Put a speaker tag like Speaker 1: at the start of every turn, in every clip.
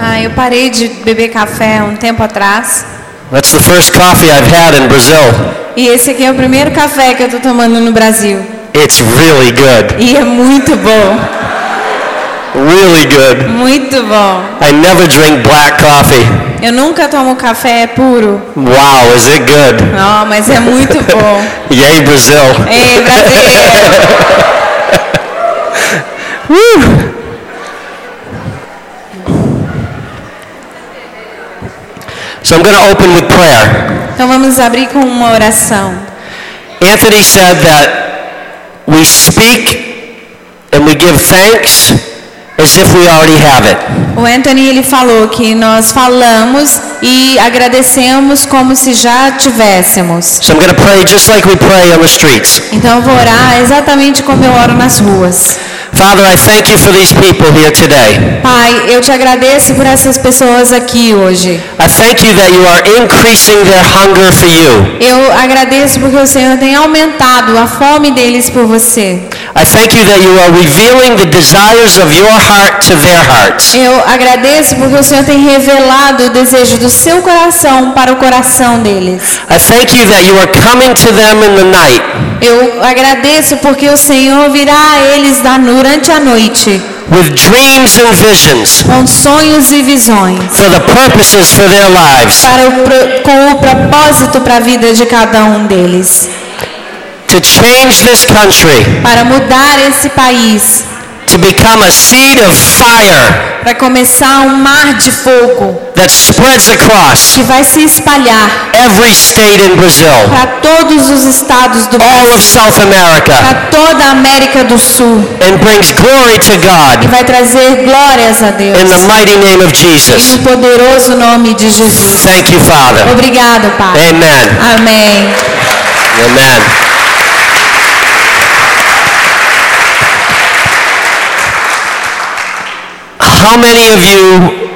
Speaker 1: Ah, eu parei de beber café um tempo atrás.
Speaker 2: That's the first coffee I've had in Brazil.
Speaker 1: E esse aqui é o primeiro café que eu tô tomando no Brasil.
Speaker 2: It's really good.
Speaker 1: E é muito bom,
Speaker 2: Really good.
Speaker 1: muito bom.
Speaker 2: I never drink black coffee.
Speaker 1: Eu nunca tomo café é puro.
Speaker 2: Wow, is it good?
Speaker 1: Não, mas é muito bom.
Speaker 2: Yay, Brazil.
Speaker 1: Ei, Brasil! é.
Speaker 2: So I'm going to open with prayer.
Speaker 1: Então vamos abrir com uma oração.
Speaker 2: Anthony said that we speak and we give thanks as if we already have it.
Speaker 1: O Anthony ele falou que nós falamos e agradecemos como se já tivéssemos.
Speaker 2: So I'm going to pray just like we pray on the streets.
Speaker 1: Então eu vou orar exatamente como eu oro nas ruas.
Speaker 2: Father, I thank you for these people here today.
Speaker 1: Pai, eu te agradeço por essas pessoas aqui hoje.
Speaker 2: I thank you that you are increasing their hunger for you.
Speaker 1: Eu agradeço porque o Senhor tem aumentado a fome deles por você.
Speaker 2: I thank you that you are revealing the desires of your heart to their hearts.
Speaker 1: Eu agradeço porque o Senhor tem revelado o desejo do seu coração para o coração deles.
Speaker 2: I thank you that you are coming to them in the night
Speaker 1: Eu agradeço porque o Senhor virá a eles da- durante a noite
Speaker 2: with dreams and visions
Speaker 1: com sonhos e visões
Speaker 2: for the purposes for their lives
Speaker 1: para o pro- com o propósito para a vida de cada um deles,
Speaker 2: to change this country,
Speaker 1: para mudar esse país,
Speaker 2: to become a seed of fire
Speaker 1: para começar um mar de fogo
Speaker 2: that spreads across
Speaker 1: que vai se espalhar
Speaker 2: every state in Brazil,
Speaker 1: para todos os estados do
Speaker 2: all of
Speaker 1: Brasil,
Speaker 2: South America,
Speaker 1: para toda a América do Sul
Speaker 2: and brings glory to
Speaker 1: e
Speaker 2: God
Speaker 1: vai trazer glórias a
Speaker 2: in the
Speaker 1: Deus.
Speaker 2: mighty name of
Speaker 1: Em
Speaker 2: Jesus.
Speaker 1: o poderoso nome de Jesus.
Speaker 2: Thank you, Father.
Speaker 1: Obrigado, Pai.
Speaker 2: Amen.
Speaker 1: Amém.
Speaker 2: Amen. How many of you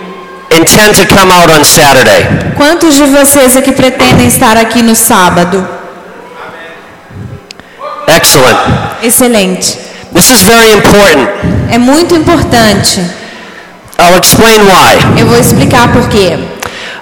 Speaker 2: intend to come out on Saturday?
Speaker 1: Quantos de vocês aqui pretendem estar aqui no sábado?
Speaker 2: Excellent.
Speaker 1: Excelente.
Speaker 2: This is very important.
Speaker 1: É muito importante.
Speaker 2: I'll explain why.
Speaker 1: Eu vou explicar por quê.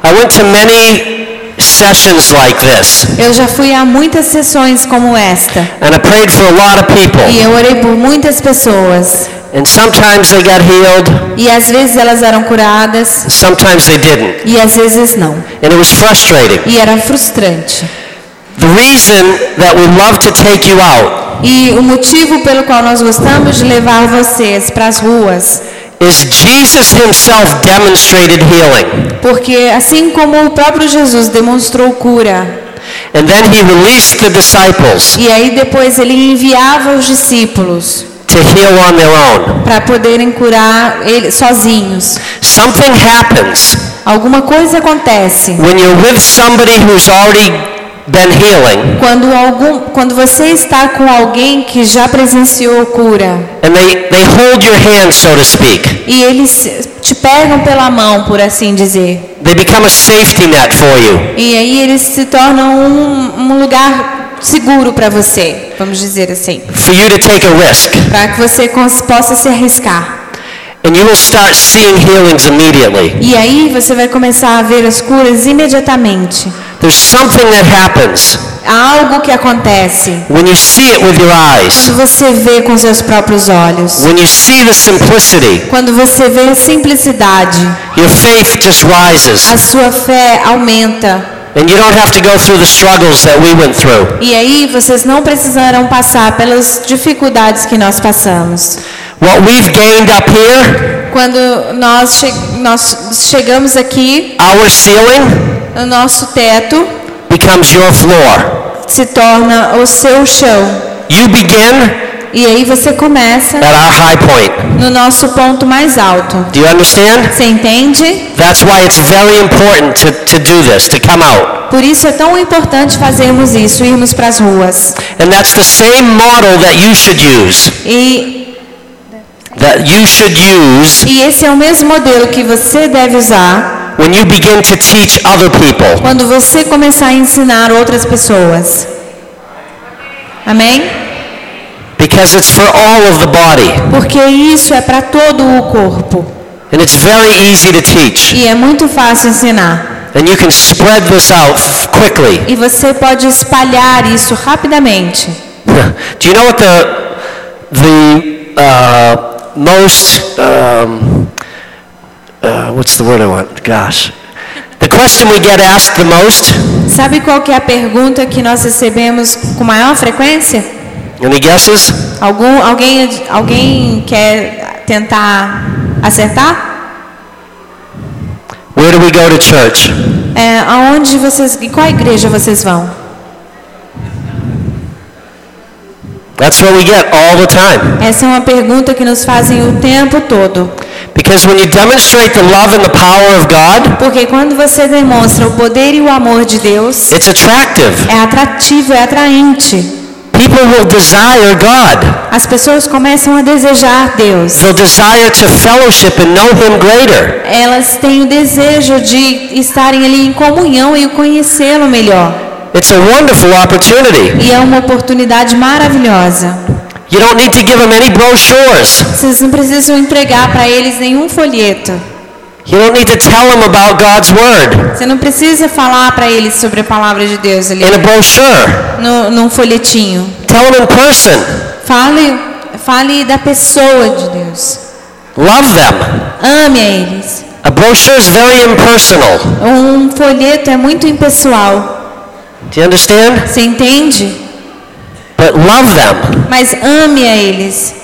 Speaker 2: I went to many sessions like this,
Speaker 1: Eu já fui a muitas sessões como esta
Speaker 2: and I prayed for a lot of
Speaker 1: e
Speaker 2: people.
Speaker 1: eu orei por muitas pessoas
Speaker 2: And sometimes they got healed,
Speaker 1: e às vezes elas eram curadas
Speaker 2: sometimes they didn't.
Speaker 1: e às vezes não.
Speaker 2: And it was frustrating.
Speaker 1: E era frustrante.
Speaker 2: The reason that we love to take you out
Speaker 1: E o motivo pelo qual nós gostamos de levar vocês para as ruas,
Speaker 2: is Jesus himself demonstrated healing.
Speaker 1: porque assim como o próprio Jesus demonstrou cura,
Speaker 2: And then he released the disciples
Speaker 1: e aí depois ele enviava os discípulos
Speaker 2: to heal on their own.
Speaker 1: para poderem curar ele, sozinhos.
Speaker 2: Something happens
Speaker 1: Alguma coisa acontece
Speaker 2: when you're with somebody who's already been healing
Speaker 1: quando algum, quando você está com alguém que já presenciou cura
Speaker 2: and they, they hold your hand, so to speak.
Speaker 1: e eles te pegam pela mão, por assim dizer,
Speaker 2: They become a safety net for you.
Speaker 1: e aí eles se tornam um, um lugar seguro para você, vamos dizer assim,
Speaker 2: For you to take a risk.
Speaker 1: para que você cons- possa se arriscar.
Speaker 2: And you will start seeing healings immediately.
Speaker 1: E aí você vai começar a ver as curas imediatamente.
Speaker 2: There's something that happens
Speaker 1: Há algo que acontece
Speaker 2: when you see it with your
Speaker 1: que
Speaker 2: eyes.
Speaker 1: você vê com seus próprios olhos.
Speaker 2: When you see the simplicity,
Speaker 1: Quando você vê a simplicidade,
Speaker 2: your faith just rises.
Speaker 1: a sua fé aumenta.
Speaker 2: And you don't have to go through the struggles that we went through.
Speaker 1: E aí vocês não precisarão passar pelas dificuldades que nós passamos.
Speaker 2: What we've gained up here,
Speaker 1: Quando nós, che nós chegamos aqui,
Speaker 2: our ceiling
Speaker 1: o nosso teto
Speaker 2: becomes your floor.
Speaker 1: se torna o seu chão.
Speaker 2: You begin
Speaker 1: E aí você começa
Speaker 2: at our high point.
Speaker 1: no nosso ponto mais alto.
Speaker 2: Do you understand?
Speaker 1: Você entende?
Speaker 2: That's why it's very important to, to do this, to come out.
Speaker 1: Por isso é tão importante fazermos isso, irmos para as ruas.
Speaker 2: And that's the same model that you should use.
Speaker 1: E,
Speaker 2: That you should use
Speaker 1: e esse é o mesmo modelo que você deve usar
Speaker 2: when you begin to teach other people.
Speaker 1: quando você começar a ensinar outras pessoas. Amém?
Speaker 2: Because it's for all of the body.
Speaker 1: Porque isso é para todo o corpo.
Speaker 2: And it's very easy to teach.
Speaker 1: E é muito fácil ensinar.
Speaker 2: And you can spread this out f- quickly.
Speaker 1: E você pode espalhar isso rapidamente.
Speaker 2: Do you know what the the uh, most um, uh, what's the word I want? Gosh, the question we get asked the most.
Speaker 1: Sabe qual que é a pergunta que nós recebemos com maior frequência?
Speaker 2: Any guesses?
Speaker 1: Algum, alguém, alguém quer tentar acertar?
Speaker 2: Where do we go to church?
Speaker 1: É, aonde vocês, em qual igreja vocês vão?
Speaker 2: That's what we get all the time.
Speaker 1: Essa é uma pergunta que nos fazem o tempo todo.
Speaker 2: Because when you demonstrate the love and the power of God,
Speaker 1: Porque quando você demonstra o poder e o amor de Deus,
Speaker 2: it's attractive.
Speaker 1: é atrativo, é atraente.
Speaker 2: People will desire God.
Speaker 1: As pessoas começam a desejar Deus.
Speaker 2: They'll desire to fellowship and know Him greater.
Speaker 1: Elas têm o desejo de estarem ali em comunhão e o conhecê-lo melhor.
Speaker 2: It's a wonderful opportunity.
Speaker 1: E é uma oportunidade maravilhosa.
Speaker 2: You don't need to give them any brochures.
Speaker 1: Vocês não precisam entregar para eles nenhum folheto.
Speaker 2: You don't need to tell them about God's Word
Speaker 1: Você não precisa falar para eles sobre a palavra de Deus ali
Speaker 2: in a brochure.
Speaker 1: no, num folhetinho.
Speaker 2: Tell them in person.
Speaker 1: Fale, fale da pessoa de Deus.
Speaker 2: Love them.
Speaker 1: Ame a eles.
Speaker 2: A brochure is very impersonal.
Speaker 1: Um folheto é muito impessoal.
Speaker 2: Do you understand?
Speaker 1: Você entende?
Speaker 2: But love them.
Speaker 1: Mas ame a eles.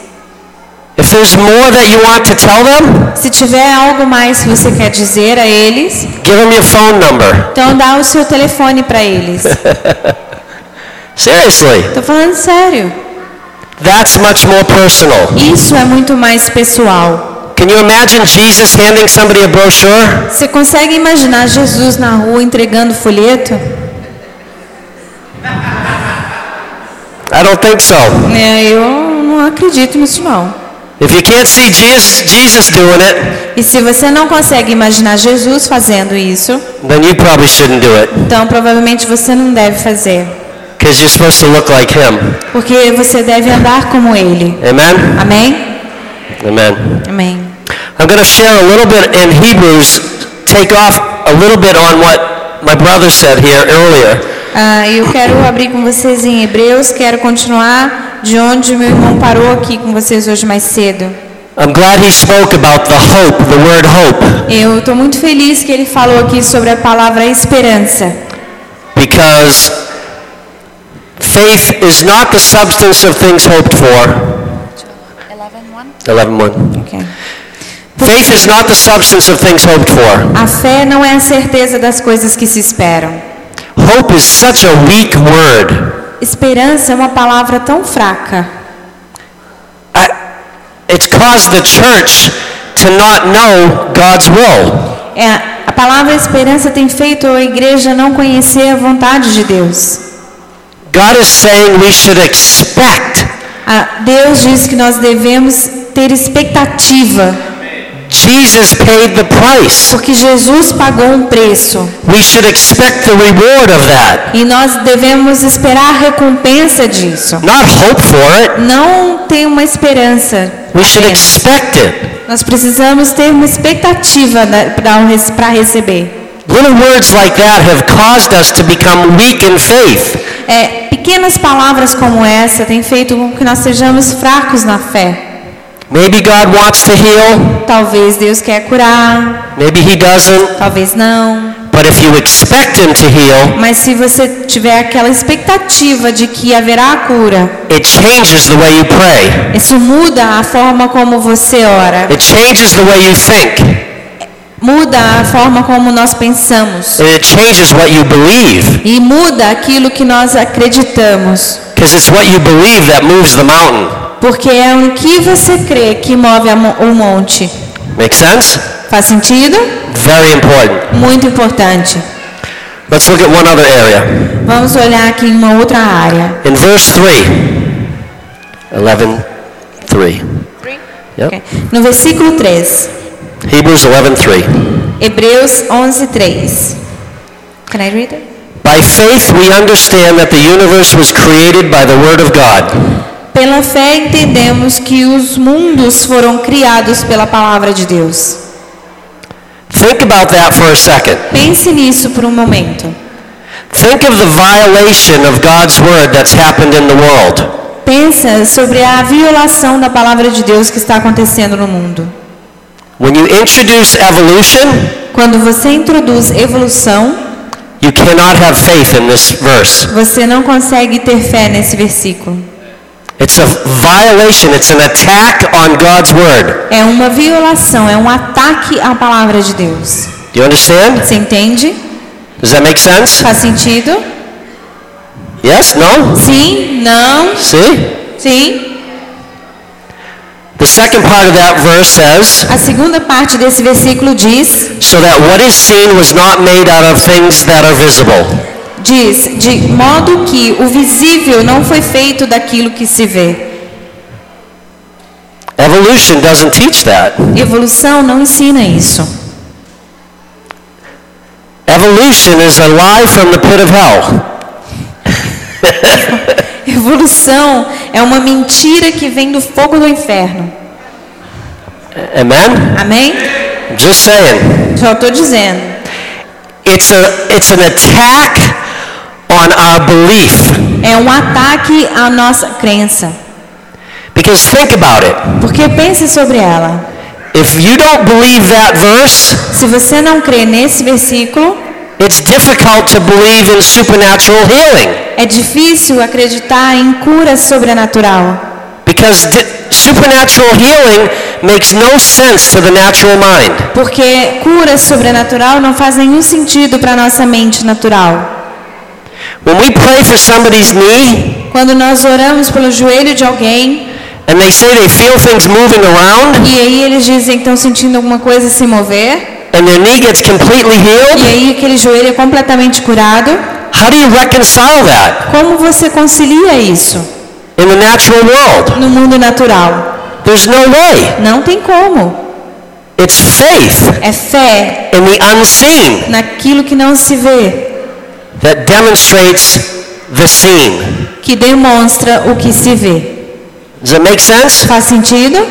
Speaker 2: If there's more that you want to tell them,
Speaker 1: Se tiver algo mais que você quer dizer a eles,
Speaker 2: give them your phone number.
Speaker 1: então dá o seu telefone para eles.
Speaker 2: Seriously,
Speaker 1: Tô falando sério.
Speaker 2: that's much more personal.
Speaker 1: Isso é muito mais pessoal.
Speaker 2: Can you imagine Jesus handing somebody a brochure?
Speaker 1: Você consegue imaginar Jesus na rua entregando folheto?
Speaker 2: I don't think so.
Speaker 1: É, eu não acredito nisso não.
Speaker 2: If you can't see Jesus, Jesus doing it,
Speaker 1: E se você não consegue imaginar Jesus fazendo isso,
Speaker 2: then you probably shouldn't do it
Speaker 1: então provavelmente você não deve fazer,
Speaker 2: because you're supposed to look like him.
Speaker 1: porque você deve andar como ele.
Speaker 2: Amen?
Speaker 1: Amém?
Speaker 2: Amen.
Speaker 1: Amém.
Speaker 2: I'm going to share a little bit in Hebrews, take off a little bit on what my brother said here earlier.
Speaker 1: Ah, eu quero abrir com vocês em Hebreus, quero continuar de onde meu irmão parou aqui com vocês hoje mais cedo.
Speaker 2: I'm glad he spoke about the hope, the word hope,
Speaker 1: Eu estou muito feliz que ele falou aqui sobre a palavra esperança,
Speaker 2: because faith is not the substance of things hoped for. 11.1.
Speaker 1: ok?
Speaker 2: Faith is not the substance of things hoped for.
Speaker 1: A fé não é a certeza das coisas que se esperam.
Speaker 2: Hope is such a weak word.
Speaker 1: Esperança é uma palavra tão fraca.
Speaker 2: I, it's caused the church to not know God's will.
Speaker 1: É, a palavra esperança tem feito a igreja não conhecer a vontade de Deus.
Speaker 2: God is saying we should expect
Speaker 1: A- Deus diz que nós devemos ter expectativa,
Speaker 2: Jesus paid the price.
Speaker 1: porque Jesus pagou um preço.
Speaker 2: We should expect the reward of that.
Speaker 1: E nós devemos esperar a recompensa disso.
Speaker 2: Not hope for it.
Speaker 1: Não tem uma esperança.
Speaker 2: We should
Speaker 1: apenas.
Speaker 2: expect it.
Speaker 1: Nós precisamos ter uma expectativa para receber.
Speaker 2: Little words like that have caused us to become weak in faith.
Speaker 1: É, pequenas palavras como essa têm feito com que nós sejamos fracos na fé.
Speaker 2: Maybe God wants to heal,
Speaker 1: Talvez Deus quer curar,
Speaker 2: maybe He doesn't.
Speaker 1: talvez não.
Speaker 2: But if you expect Him to heal,
Speaker 1: Mas se você tiver aquela expectativa de que haverá a cura,
Speaker 2: it changes the way you pray,
Speaker 1: isso muda a forma como você ora,
Speaker 2: it changes the way you think,
Speaker 1: muda a forma como nós pensamos
Speaker 2: and it changes what you believe.
Speaker 1: e muda aquilo que nós acreditamos.
Speaker 2: Because it's what you believe that moves the mountain.
Speaker 1: Porque é o que você crê que move a mo- o monte.
Speaker 2: Make sense?
Speaker 1: Faz sentido?
Speaker 2: Very important.
Speaker 1: Muito importante.
Speaker 2: Let's look at one other area.
Speaker 1: Vamos olhar aqui em uma outra área.
Speaker 2: In verse 3, 11, 3. Yep.
Speaker 1: Ok? No versículo 3,
Speaker 2: Hebrews 11, 3.
Speaker 1: Hebreus 11, 3. Can I read it?
Speaker 2: By faith we understand that the universe was created by the word of God,
Speaker 1: Pela fé entendemos que os mundos foram criados pela palavra de Deus,
Speaker 2: Think about that for a second.
Speaker 1: Pense nisso por um momento.
Speaker 2: Think of the violation of God's word that's happened in the world.
Speaker 1: Pensa sobre a violação da palavra de Deus que está acontecendo no mundo.
Speaker 2: When you introduce evolution,
Speaker 1: Quando você introduz evolução,
Speaker 2: you cannot have faith in this verse.
Speaker 1: você não consegue ter fé nesse versículo.
Speaker 2: It's a violation, it's an attack on God's word.
Speaker 1: É uma violação, é um ataque à palavra de Deus.
Speaker 2: Do you understand?
Speaker 1: Você entende?
Speaker 2: Does that make sense?
Speaker 1: Faz sentido?
Speaker 2: Yes? No?
Speaker 1: Sim, não,
Speaker 2: See?
Speaker 1: sim.
Speaker 2: The second part of that verse says,
Speaker 1: A segunda parte desse versículo diz,
Speaker 2: so that what is seen was not made out of things that are visible.
Speaker 1: diz, de modo que o visível não foi feito daquilo que se vê.
Speaker 2: Evolution doesn't teach that.
Speaker 1: Evolução não ensina isso.
Speaker 2: Evolution is a lie from the pit of hell.
Speaker 1: Evolução é uma mentira que vem do fogo do inferno.
Speaker 2: Amen?
Speaker 1: Amém?
Speaker 2: Just saying.
Speaker 1: Só estou dizendo.
Speaker 2: It's a it's an attack on our belief.
Speaker 1: É um ataque à nossa crença.
Speaker 2: Because think about it.
Speaker 1: Porque pense sobre ela.
Speaker 2: If you don't believe that verse,
Speaker 1: Se você não crê nesse versículo,
Speaker 2: it's difficult to believe in supernatural healing
Speaker 1: é difícil acreditar em cura sobrenatural.
Speaker 2: because di- supernatural healing makes no sense to the natural mind.
Speaker 1: Porque cura sobrenatural não faz nenhum sentido para nossa mente natural.
Speaker 2: When we pray for somebody's knee
Speaker 1: Quando nós oramos pelo joelho de alguém
Speaker 2: and they say they feel things moving around
Speaker 1: e aí eles dizem que estão sentindo alguma coisa se mover
Speaker 2: and their knee gets completely
Speaker 1: e
Speaker 2: healed,
Speaker 1: aí aquele joelho é completamente curado,
Speaker 2: how do you reconcile that
Speaker 1: como você concilia isso
Speaker 2: in the natural world?
Speaker 1: no mundo natural?
Speaker 2: There's no way.
Speaker 1: Não tem como.
Speaker 2: It's faith
Speaker 1: É fé
Speaker 2: in the unseen
Speaker 1: naquilo que não se vê
Speaker 2: that demonstrates the seen.
Speaker 1: que demonstra o que se vê.
Speaker 2: Does that make sense?
Speaker 1: Faz sentido?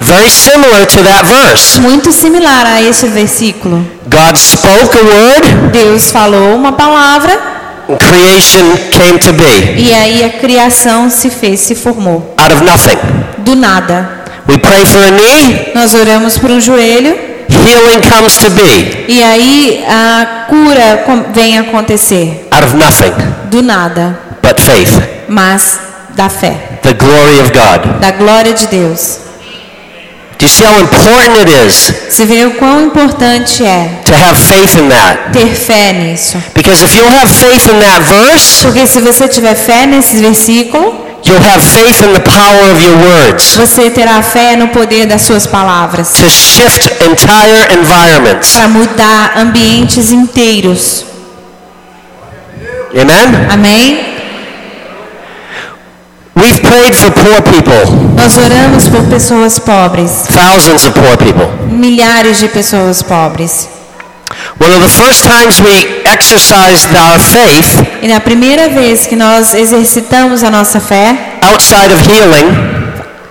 Speaker 2: Very similar to that verse.
Speaker 1: Muito similar a esse versículo.
Speaker 2: God spoke a word,
Speaker 1: Deus falou uma palavra
Speaker 2: and creation came to be
Speaker 1: e aí a criação se fez, se formou.
Speaker 2: out of nothing.
Speaker 1: Do nada.
Speaker 2: We pray for a knee,
Speaker 1: Nós oramos por um joelho
Speaker 2: healing comes to be
Speaker 1: e aí a cura com- vem acontecer.
Speaker 2: out of nothing
Speaker 1: Do nada,
Speaker 2: but faith,
Speaker 1: mas da fé,
Speaker 2: the glory of God.
Speaker 1: da glória de Deus.
Speaker 2: Do you see how important it is
Speaker 1: Você vê o quão importante é
Speaker 2: to have faith in that?
Speaker 1: ter fé nisso.
Speaker 2: Because if you'll have faith in that verse,
Speaker 1: Porque se você tiver fé nesse versículo,
Speaker 2: you'll have faith in the power of your words.
Speaker 1: você terá fé no poder das suas palavras.
Speaker 2: to shift entire environments.
Speaker 1: para mudar ambientes inteiros.
Speaker 2: Amen?
Speaker 1: Amém?
Speaker 2: We've prayed for poor people,
Speaker 1: Nós oramos por pessoas pobres,
Speaker 2: thousands of poor people.
Speaker 1: milhares de pessoas pobres.
Speaker 2: One of the first times we exercised our faith
Speaker 1: E na primeira vez que nós exercitamos a nossa fé,
Speaker 2: outside of healing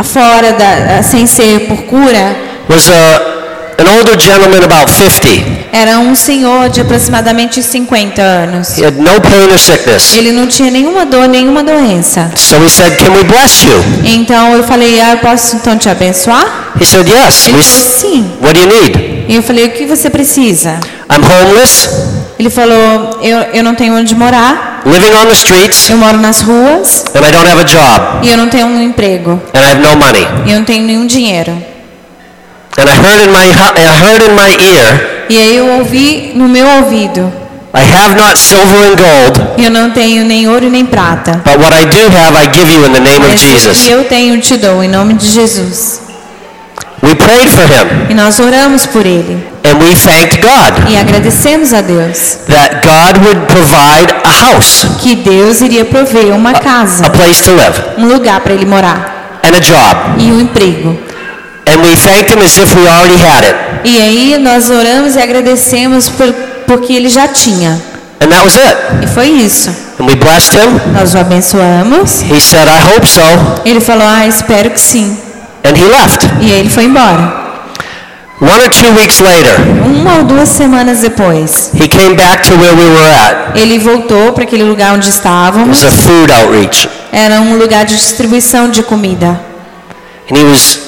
Speaker 1: fora da eh, sem ser por cura,
Speaker 2: was a, an older gentleman about 50.
Speaker 1: era um senhor de aproximadamente 50 anos.
Speaker 2: He had no pain or sickness.
Speaker 1: Ele não tinha nenhuma dor, nenhuma doença.
Speaker 2: So we said, Can we bless you?
Speaker 1: Então eu falei: "Ah, eu posso então te abençoar?"
Speaker 2: He said, Yes.
Speaker 1: Ele
Speaker 2: We
Speaker 1: falou:
Speaker 2: s-
Speaker 1: "Sim".
Speaker 2: what do you need?
Speaker 1: E eu falei: "O que você precisa?"
Speaker 2: I'm homeless,
Speaker 1: Ele falou: "Eu eu não tenho onde morar."
Speaker 2: living on the streets,
Speaker 1: Eu moro nas ruas
Speaker 2: and I don't have a job,
Speaker 1: e eu não tenho um emprego.
Speaker 2: and I have no money.
Speaker 1: E eu não tenho nenhum dinheiro.
Speaker 2: And I heard in my, hu- I heard in my ear,
Speaker 1: E aí eu ouvi no meu ouvido.
Speaker 2: I have not silver and gold.
Speaker 1: Eu não tenho nem ouro e nem prata.
Speaker 2: But what I do have, I give you in the name of
Speaker 1: Mas o que
Speaker 2: Jesus.
Speaker 1: eu tenho te dou em nome de Jesus.
Speaker 2: We prayed for him
Speaker 1: E nós oramos por ele
Speaker 2: and we thanked God
Speaker 1: e agradecemos a Deus
Speaker 2: that God would provide a house,
Speaker 1: que Deus iria prover uma casa,
Speaker 2: a place to live,
Speaker 1: um lugar para ele morar
Speaker 2: and a job.
Speaker 1: e um emprego.
Speaker 2: And we thanked him as if we already had it.
Speaker 1: E aí nós oramos e agradecemos por porque ele já tinha.
Speaker 2: And that was it.
Speaker 1: E foi isso.
Speaker 2: And we blessed him.
Speaker 1: Nós o abençoamos.
Speaker 2: He said, I hope so.
Speaker 1: Ele falou: "Ah, espero que sim."
Speaker 2: And he left.
Speaker 1: E aí ele foi embora.
Speaker 2: One or two weeks later,
Speaker 1: Uma ou duas semanas depois,
Speaker 2: he came back to where we were at.
Speaker 1: ele voltou para aquele lugar onde
Speaker 2: It
Speaker 1: estávamos.
Speaker 2: was a food outreach.
Speaker 1: Era um lugar de distribuição de comida.
Speaker 2: And he was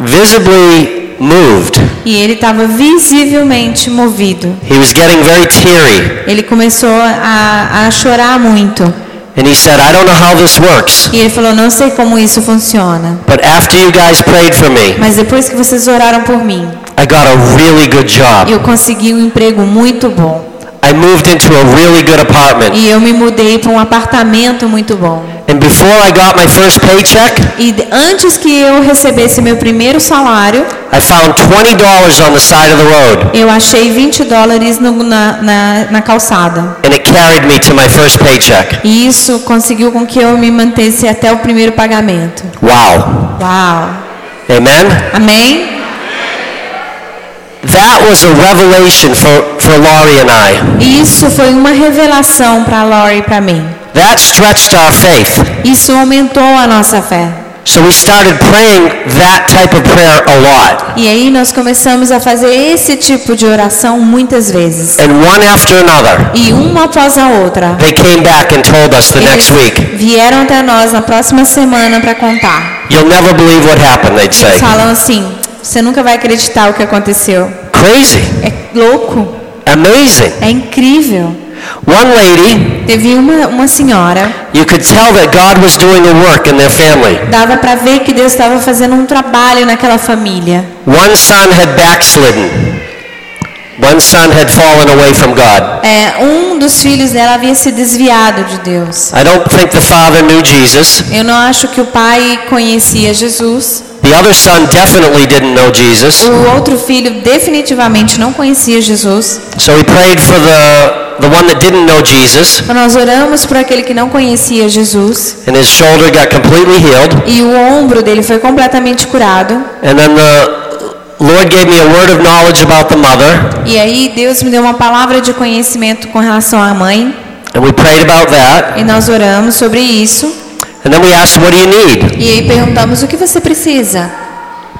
Speaker 2: visibly moved.
Speaker 1: E ele estava visivelmente movido.
Speaker 2: He was getting very teary.
Speaker 1: Ele começou a, a chorar muito.
Speaker 2: And he said, I don't know how this works,
Speaker 1: E ele falou: Não sei como isso funciona.
Speaker 2: but after you guys prayed for me,
Speaker 1: Mas depois que vocês oraram por mim,
Speaker 2: I got a really good job.
Speaker 1: eu consegui um emprego muito bom.
Speaker 2: I moved into a really good apartment.
Speaker 1: E eu me mudei para um apartamento muito bom.
Speaker 2: And before I got my first paycheck,
Speaker 1: E de- antes que eu recebesse meu primeiro salário,
Speaker 2: I found $20 on the side of the road.
Speaker 1: eu achei 20 dólares no- na, na, na calçada.
Speaker 2: And it carried me to my first paycheck.
Speaker 1: E isso conseguiu com que eu me mantesse até o primeiro pagamento.
Speaker 2: Wow.
Speaker 1: Uau!
Speaker 2: Amen?
Speaker 1: Amém?
Speaker 2: That was a revelation for, for Laurie and I.
Speaker 1: Isso foi uma revelação para Lori e para mim.
Speaker 2: That stretched our faith.
Speaker 1: Isso aumentou a nossa fé.
Speaker 2: So we started praying that type of prayer a lot.
Speaker 1: E aí nós começamos a fazer esse tipo de oração muitas vezes.
Speaker 2: And one after another,
Speaker 1: E uma após a outra.
Speaker 2: they came back and told us the next week,
Speaker 1: vieram até nós na próxima semana para contar.
Speaker 2: You'll never believe what happened, they'd say.
Speaker 1: Falam assim: você nunca vai acreditar o que aconteceu.
Speaker 2: Crazy.
Speaker 1: É louco,
Speaker 2: Amazing.
Speaker 1: é incrível.
Speaker 2: One lady,
Speaker 1: Teve uma, uma senhora,
Speaker 2: you could tell that God was doing a work in their family.
Speaker 1: dava para ver que Deus estava fazendo um trabalho naquela família.
Speaker 2: One son had backslidden. One son had fallen away from God.
Speaker 1: É, um dos filhos dela havia se desviado de Deus.
Speaker 2: I don't think the father knew Jesus.
Speaker 1: Eu não acho que o pai conhecia Jesus.
Speaker 2: The other son definitely didn't know Jesus.
Speaker 1: O outro filho definitivamente não conhecia Jesus.
Speaker 2: So he prayed for the, the one that didn't know Jesus,
Speaker 1: Então nós oramos por aquele que não conhecia Jesus
Speaker 2: and his shoulder got completely healed.
Speaker 1: e o ombro dele foi completamente curado.
Speaker 2: And then the Lord gave me a word of knowledge about the mother,
Speaker 1: E aí Deus me deu uma palavra de conhecimento com relação à mãe
Speaker 2: and we prayed about that.
Speaker 1: e nós oramos sobre isso
Speaker 2: And then we asked, What do you need?
Speaker 1: e aí perguntamos o que você precisa.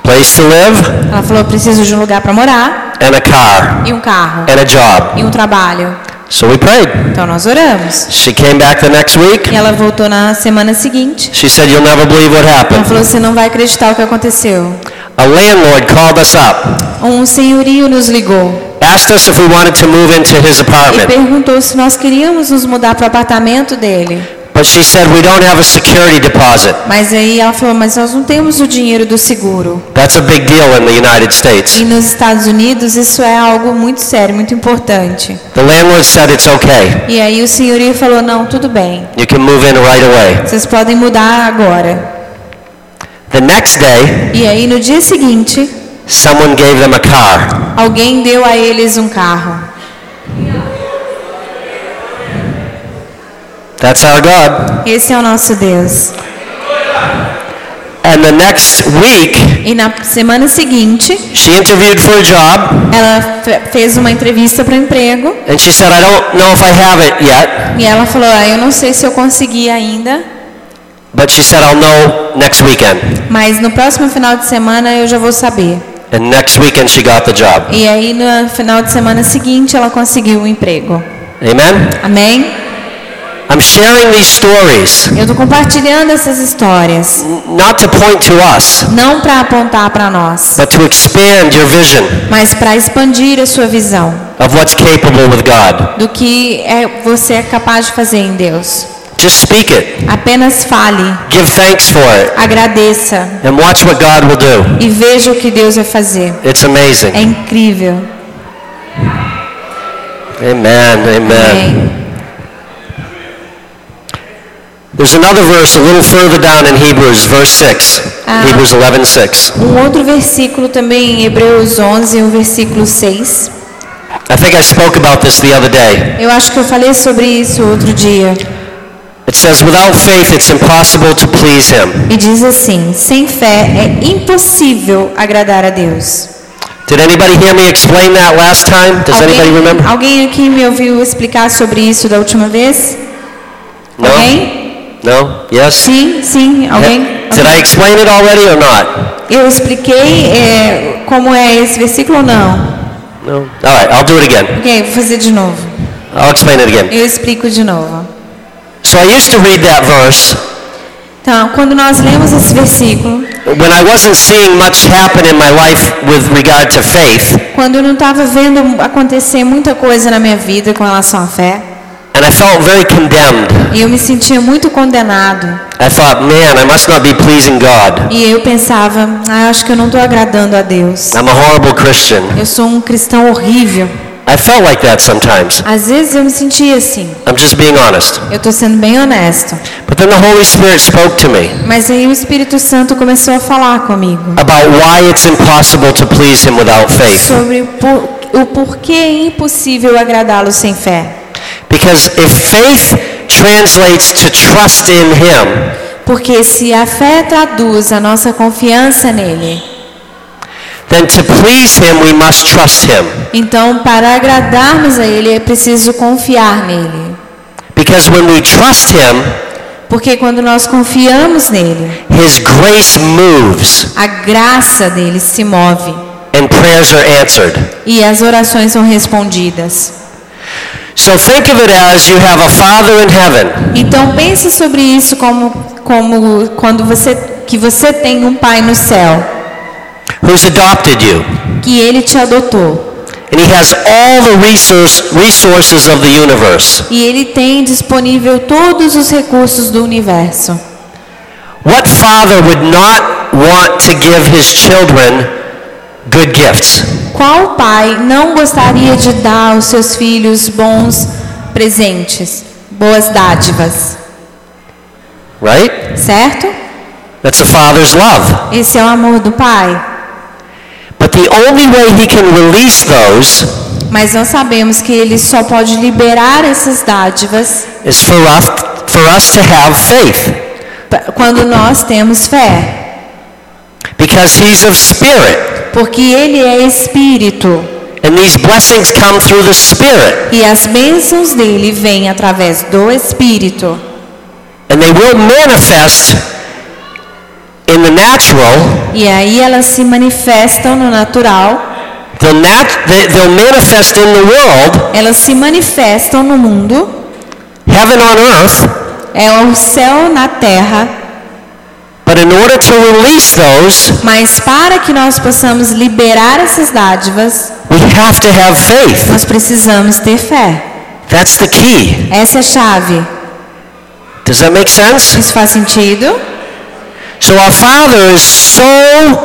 Speaker 2: Place to live,
Speaker 1: Ela falou: "Eu preciso de um lugar para morar
Speaker 2: and a car,
Speaker 1: e um carro
Speaker 2: and a job.
Speaker 1: e um trabalho".
Speaker 2: So we prayed.
Speaker 1: Então nós oramos.
Speaker 2: She came back the next week.
Speaker 1: E ela voltou na semana seguinte.
Speaker 2: She said, You'll never believe what
Speaker 1: Ela
Speaker 2: happened.
Speaker 1: falou: "Você não vai acreditar o que aconteceu".
Speaker 2: A landlord called us up,
Speaker 1: Um senhorio nos ligou
Speaker 2: asked us if we wanted to move into his
Speaker 1: e
Speaker 2: apartment.
Speaker 1: perguntou se nós queríamos nos mudar para o apartamento dele.
Speaker 2: But she said, We don't have a security deposit.
Speaker 1: Mas aí ela falou: Mas nós não temos o dinheiro do seguro.
Speaker 2: That's a big deal in the United States.
Speaker 1: E nos Estados Unidos isso é algo muito sério, muito importante.
Speaker 2: The landlord said it's okay.
Speaker 1: E aí o senhorio falou: Não, tudo bem,
Speaker 2: You can move in right away.
Speaker 1: vocês podem mudar agora.
Speaker 2: The next day,
Speaker 1: E aí no dia seguinte,
Speaker 2: someone gave them a car.
Speaker 1: alguém deu a eles um carro.
Speaker 2: That's our God.
Speaker 1: Esse é o nosso Deus.
Speaker 2: And the next week,
Speaker 1: E na semana seguinte,
Speaker 2: she interviewed for a job
Speaker 1: ela fe- fez uma entrevista para o emprego
Speaker 2: and she said, I don't know if I have it yet,
Speaker 1: e ela falou: ah, Eu não sei se eu consegui ainda.
Speaker 2: but she said, I'll know next weekend.
Speaker 1: Mas no próximo final de semana eu já vou saber.
Speaker 2: And next weekend, she got the job.
Speaker 1: E aí no final de semana seguinte ela conseguiu um emprego.
Speaker 2: Amen?
Speaker 1: Amém?
Speaker 2: I'm sharing these stories
Speaker 1: Eu tô compartilhando essas histórias,
Speaker 2: not to point to us,
Speaker 1: não para apontar para nós,
Speaker 2: but to expand your vision
Speaker 1: mas para expandir a sua visão
Speaker 2: of what's capable with God.
Speaker 1: do que é você é capaz de fazer em Deus.
Speaker 2: Just speak it,
Speaker 1: Apenas fale,
Speaker 2: give thanks for it,
Speaker 1: agradeça
Speaker 2: and watch what God will do.
Speaker 1: e veja o que Deus vai fazer.
Speaker 2: It's amazing.
Speaker 1: É incrível.
Speaker 2: Amen, amen.
Speaker 1: Amém.
Speaker 2: There's another verse a little further down in Hebrews, verse 6.
Speaker 1: Ah.
Speaker 2: Hebrews 11, 6.
Speaker 1: Um outro versículo também em Hebreus 11, o versículo 6.
Speaker 2: I think I spoke about this the other day.
Speaker 1: Eu acho que eu falei sobre isso outro dia.
Speaker 2: It says, Without faith, it's impossible to please him.
Speaker 1: E diz assim: sem fé é impossível agradar a Deus.
Speaker 2: Did anybody hear me explain that last time? Does anybody remember?
Speaker 1: alguém aqui me ouviu explicar sobre isso da última vez?
Speaker 2: No?
Speaker 1: Alguém?
Speaker 2: No? Yes?
Speaker 1: Sim, sim, alguém?
Speaker 2: Did I explain it already or not?
Speaker 1: Eu expliquei é, como é esse versículo ou não?
Speaker 2: No? All right, I'll do it again.
Speaker 1: Ok, vou fazer de novo.
Speaker 2: I'll explain it again.
Speaker 1: Eu explico de novo.
Speaker 2: So I used to read that verse
Speaker 1: Então, quando nós lemos esse versículo,
Speaker 2: when I wasn't seeing much happen in my life with regard to faith,
Speaker 1: quando eu não estava vendo acontecer muita coisa na minha vida com relação à fé,
Speaker 2: and I felt very condemned.
Speaker 1: e eu me sentia muito condenado.
Speaker 2: I thought, man, I must not be pleasing God.
Speaker 1: E eu pensava, ah, eu acho que eu não estou agradando a Deus.
Speaker 2: I'm a horrible Christian.
Speaker 1: Eu sou um cristão horrível.
Speaker 2: I felt like that sometimes.
Speaker 1: Às vezes eu me sentia assim.
Speaker 2: I'm just being honest.
Speaker 1: Eu estou sendo bem honesto.
Speaker 2: But then the Holy Spirit spoke to me
Speaker 1: Mas aí o Espírito Santo começou a falar comigo
Speaker 2: about why it's impossible to please Him without faith.
Speaker 1: sobre o, por, o porquê é impossível agradá-lo sem fé.
Speaker 2: Because if faith translates to trust in Him,
Speaker 1: Porque se a fé traduz a nossa confiança nele,
Speaker 2: then to please Him we must trust Him.
Speaker 1: então para agradarmos a ele é preciso confiar nele.
Speaker 2: Because when we trust Him,
Speaker 1: Porque quando nós confiamos nele,
Speaker 2: His grace moves
Speaker 1: a graça dele se move
Speaker 2: and prayers are answered.
Speaker 1: e as orações são respondidas.
Speaker 2: So think of it as you have a Father in heaven
Speaker 1: Então pense sobre isso como como quando você que você tem um pai no céu
Speaker 2: who's adopted you.
Speaker 1: que ele te adotou
Speaker 2: And he has all the resource, resources of the universe.
Speaker 1: e ele tem disponível todos os recursos do universo.
Speaker 2: What father would not want to give his children good gifts?
Speaker 1: Qual pai não gostaria de dar aos seus filhos bons presentes, boas dádivas,
Speaker 2: Right?
Speaker 1: certo?
Speaker 2: That's a father's love.
Speaker 1: Esse é o amor do pai.
Speaker 2: But the only way he can release those
Speaker 1: Mas nós sabemos que ele só pode liberar essas dádivas
Speaker 2: is for us, for us to have faith.
Speaker 1: pra- quando nós temos fé,
Speaker 2: Because he's of spirit.
Speaker 1: porque ele é espírito
Speaker 2: And these blessings come through the spirit.
Speaker 1: e as bênçãos dele vêm através do espírito.
Speaker 2: And they will manifest in the natural.
Speaker 1: E aí elas se manifestam no natural,
Speaker 2: They'll, nat- they- they'll manifest in the world,
Speaker 1: elas se manifestam no mundo,
Speaker 2: heaven on earth.
Speaker 1: é o céu na terra,
Speaker 2: But in order to release those,
Speaker 1: mas para que nós possamos liberar essas dádivas,
Speaker 2: we have to have faith.
Speaker 1: nós precisamos ter fé.
Speaker 2: That's the key.
Speaker 1: Essa é a chave.
Speaker 2: Does that make sense?
Speaker 1: Isso faz sentido?
Speaker 2: So our Father is so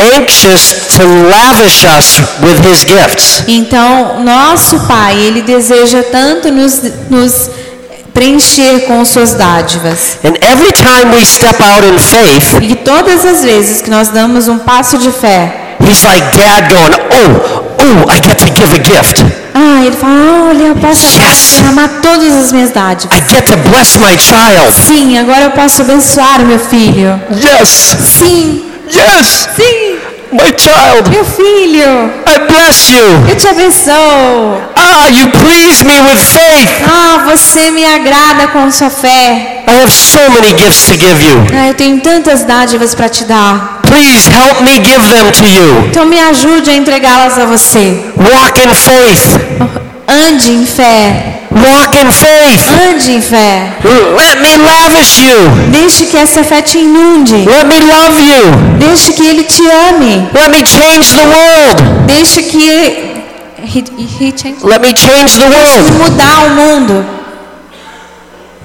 Speaker 2: anxious to lavish us with His gifts.
Speaker 1: Então, nosso Pai, Ele deseja tanto nos, nos preencher com suas dádivas.
Speaker 2: And every time we step out in faith,
Speaker 1: E que todas as vezes que nós damos um passo de fé,
Speaker 2: He's like dad going, oh, oh, I get to give a gift.
Speaker 1: ah, Ele fala, olha, eu posso agora
Speaker 2: Yes!
Speaker 1: derramar todas as minhas dádivas.
Speaker 2: I get to bless my child.
Speaker 1: Sim, agora eu posso abençoar o meu filho.
Speaker 2: Yes,
Speaker 1: Sim,
Speaker 2: yes,
Speaker 1: sim,
Speaker 2: my child,
Speaker 1: meu filho,
Speaker 2: I bless you.
Speaker 1: eu te abençoo.
Speaker 2: Ah, you please me with faith.
Speaker 1: Ah, você me agrada com sua fé.
Speaker 2: I have so many gifts to give you.
Speaker 1: Ah, eu tenho tantas dádivas para te dar.
Speaker 2: Please help me give them to you.
Speaker 1: Então me ajude a entregá-las a você.
Speaker 2: Walk in faith.
Speaker 1: Ande em fé,
Speaker 2: Walk in faith.
Speaker 1: ande em fé.
Speaker 2: Let me lavish you.
Speaker 1: Deixe que essa fé te inunde.
Speaker 2: Let me love you.
Speaker 1: Deixe que ele te ame.
Speaker 2: Let me change the world.
Speaker 1: Deixe que He- he changed-
Speaker 2: Let me change the world.
Speaker 1: mudar o mundo.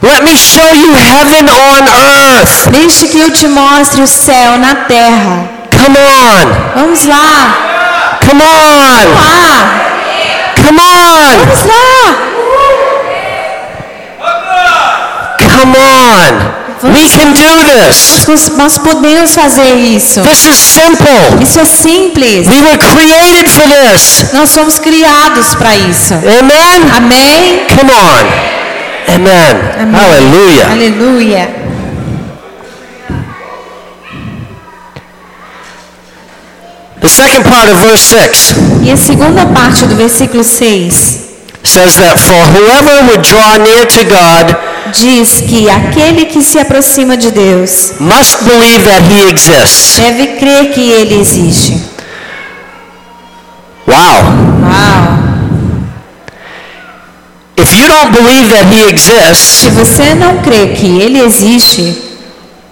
Speaker 2: Let me show you heaven on earth.
Speaker 1: Deixe que eu te mostre o céu na terra.
Speaker 2: Come on.
Speaker 1: Vamos lá.
Speaker 2: Come on.
Speaker 1: Ah,
Speaker 2: Come on.
Speaker 1: vamos lá.
Speaker 2: Come on. We can do this.
Speaker 1: Nós- Nós podemos fazer isso.
Speaker 2: This is simple.
Speaker 1: Isso é simples.
Speaker 2: We were created for this.
Speaker 1: Nós somos criados para isso.
Speaker 2: Amen.
Speaker 1: Amém.
Speaker 2: Come on. Amen.
Speaker 1: Amém.
Speaker 2: Hallelujah.
Speaker 1: Aleluia.
Speaker 2: The second part of verse 6
Speaker 1: E a segunda parte do versículo 6
Speaker 2: says that for whoever would draw near to God
Speaker 1: diz que aquele que se aproxima de Deus
Speaker 2: must believe that He exists.
Speaker 1: deve crer que ele existe.
Speaker 2: Wow.
Speaker 1: Uau!
Speaker 2: If you don't believe that He
Speaker 1: Se
Speaker 2: exists,
Speaker 1: você não crê que ele existe,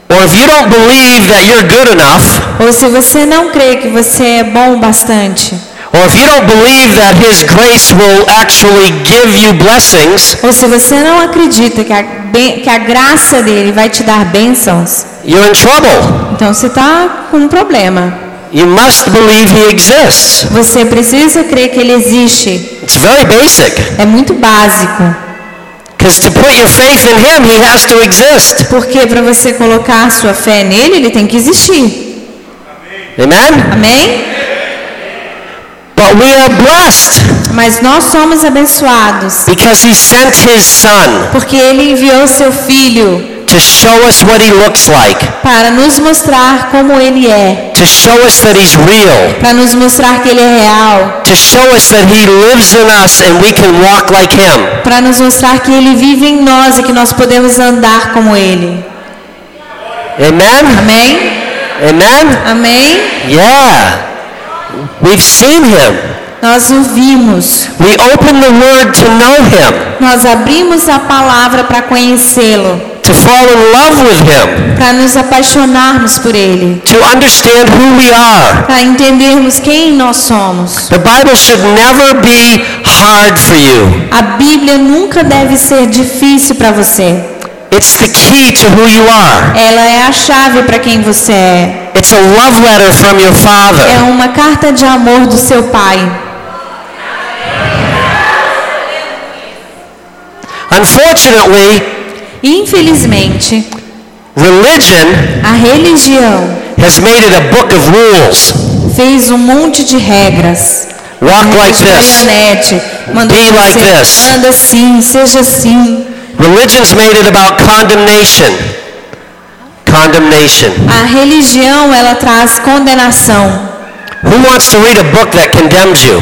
Speaker 2: or if you don't believe that you're good enough,
Speaker 1: ou se você não crê que você é bom o bastante,
Speaker 2: or if you don't believe that His grace will actually give you blessings,
Speaker 1: ou se você não acredita que a, ben- que a graça dele vai te dar bênçãos,
Speaker 2: you're in trouble.
Speaker 1: então você está com um problema.
Speaker 2: You must believe He exists.
Speaker 1: Você precisa crer que ele existe.
Speaker 2: It's very basic.
Speaker 1: É muito básico.
Speaker 2: Because to put your faith in Him, He has to exist.
Speaker 1: Porque para você colocar sua fé nele, ele tem que existir.
Speaker 2: Amen?
Speaker 1: Amém?
Speaker 2: But we are blessed
Speaker 1: Mas nós somos abençoados.
Speaker 2: because He sent His Son
Speaker 1: Porque ele enviou seu filho
Speaker 2: to show us what He looks like,
Speaker 1: para nos mostrar como ele é,
Speaker 2: to show us that He's real,
Speaker 1: para nos mostrar que ele é real,
Speaker 2: to show us that He lives in us and we can walk like Him.
Speaker 1: para nos mostrar que ele vive em nós e que nós podemos andar como ele.
Speaker 2: Amen?
Speaker 1: Amém?
Speaker 2: Amen?
Speaker 1: Amém?
Speaker 2: Yeah. We've seen Him.
Speaker 1: Nós o vimos.
Speaker 2: We open the Word to know Him,
Speaker 1: Nós abrimos a palavra para conhecê-lo,
Speaker 2: to fall in love with Him,
Speaker 1: para nos apaixonarmos por ele,
Speaker 2: to understand who we are.
Speaker 1: para entendermos quem nós somos.
Speaker 2: The Bible should never be hard for you.
Speaker 1: A Bíblia nunca deve ser difícil para você.
Speaker 2: It's the key to who you are.
Speaker 1: Ela é a chave para quem você é.
Speaker 2: It's a love letter from
Speaker 1: É
Speaker 2: your father.
Speaker 1: uma carta de amor do seu pai.
Speaker 2: Unfortunately,
Speaker 1: Infelizmente,
Speaker 2: religion
Speaker 1: a religião
Speaker 2: has made it a book of rules.
Speaker 1: fez um monte de regras.
Speaker 2: Walk like
Speaker 1: Regras de
Speaker 2: this.
Speaker 1: marionete. Mandou
Speaker 2: Be like
Speaker 1: você
Speaker 2: this.
Speaker 1: anda assim, seja assim.
Speaker 2: Religion's made it about condemnation. Condemnation.
Speaker 1: A religião, ela traz condenação.
Speaker 2: Who wants to read a book that condemns you?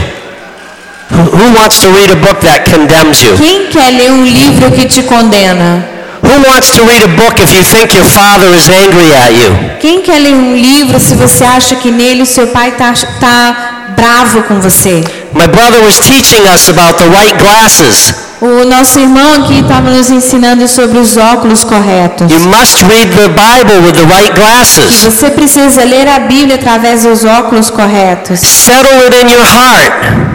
Speaker 2: Who- Who wants to read a book that condemns you?
Speaker 1: Quem quer ler um livro que te condena?
Speaker 2: Who wants to read a book if you think your father is angry at you?
Speaker 1: Quem quer ler um livro se você acha que nele o seu pai tá, tá bravo com você?
Speaker 2: My brother was teaching us about the right glasses.
Speaker 1: O nosso irmão aqui estava nos ensinando sobre os óculos corretos.
Speaker 2: You must read the Bible with the right glasses.
Speaker 1: Você precisa ler a Bíblia através dos óculos corretos.
Speaker 2: Settle it in your heart.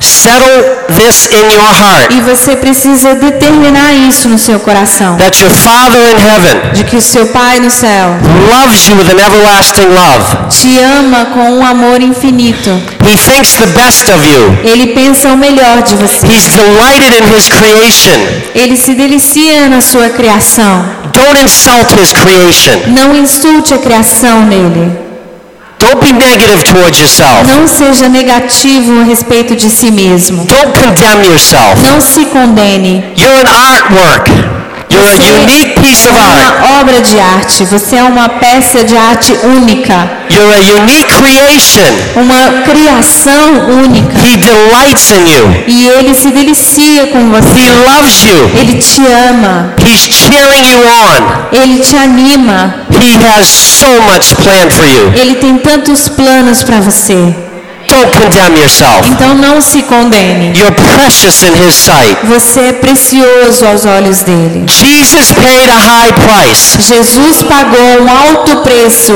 Speaker 2: Settle this in your heart.
Speaker 1: E você precisa determinar isso no seu coração.
Speaker 2: That your Father in heaven
Speaker 1: De que o seu Pai no céu
Speaker 2: loves you with an everlasting love.
Speaker 1: te ama com um amor infinito.
Speaker 2: He thinks the best of you.
Speaker 1: Ele pensa o melhor de você.
Speaker 2: He's delighted in His creation.
Speaker 1: Ele se delicia na sua criação.
Speaker 2: Don't insult His creation.
Speaker 1: Não insulte a criação dele.
Speaker 2: Don't be negative towards yourself.
Speaker 1: Não seja negativo a respeito de si mesmo.
Speaker 2: Don't condemn yourself.
Speaker 1: Não se condene.
Speaker 2: You're an artwork. You're a unique piece
Speaker 1: é
Speaker 2: of art.
Speaker 1: uma obra de arte. Você é uma peça de arte única.
Speaker 2: You're a unique creation.
Speaker 1: uma criação única
Speaker 2: He delights in you.
Speaker 1: e ele se delicia com
Speaker 2: He
Speaker 1: você.
Speaker 2: loves you.
Speaker 1: Ele te ama,
Speaker 2: He's cheering you on.
Speaker 1: ele te anima,
Speaker 2: He has so much planned for you.
Speaker 1: ele tem tantos planos para você.
Speaker 2: Don't condemn yourself.
Speaker 1: Então não se condene.
Speaker 2: You're precious in His sight.
Speaker 1: Você é precioso aos olhos dele.
Speaker 2: Jesus paid a high price
Speaker 1: Jesus pagou um alto preço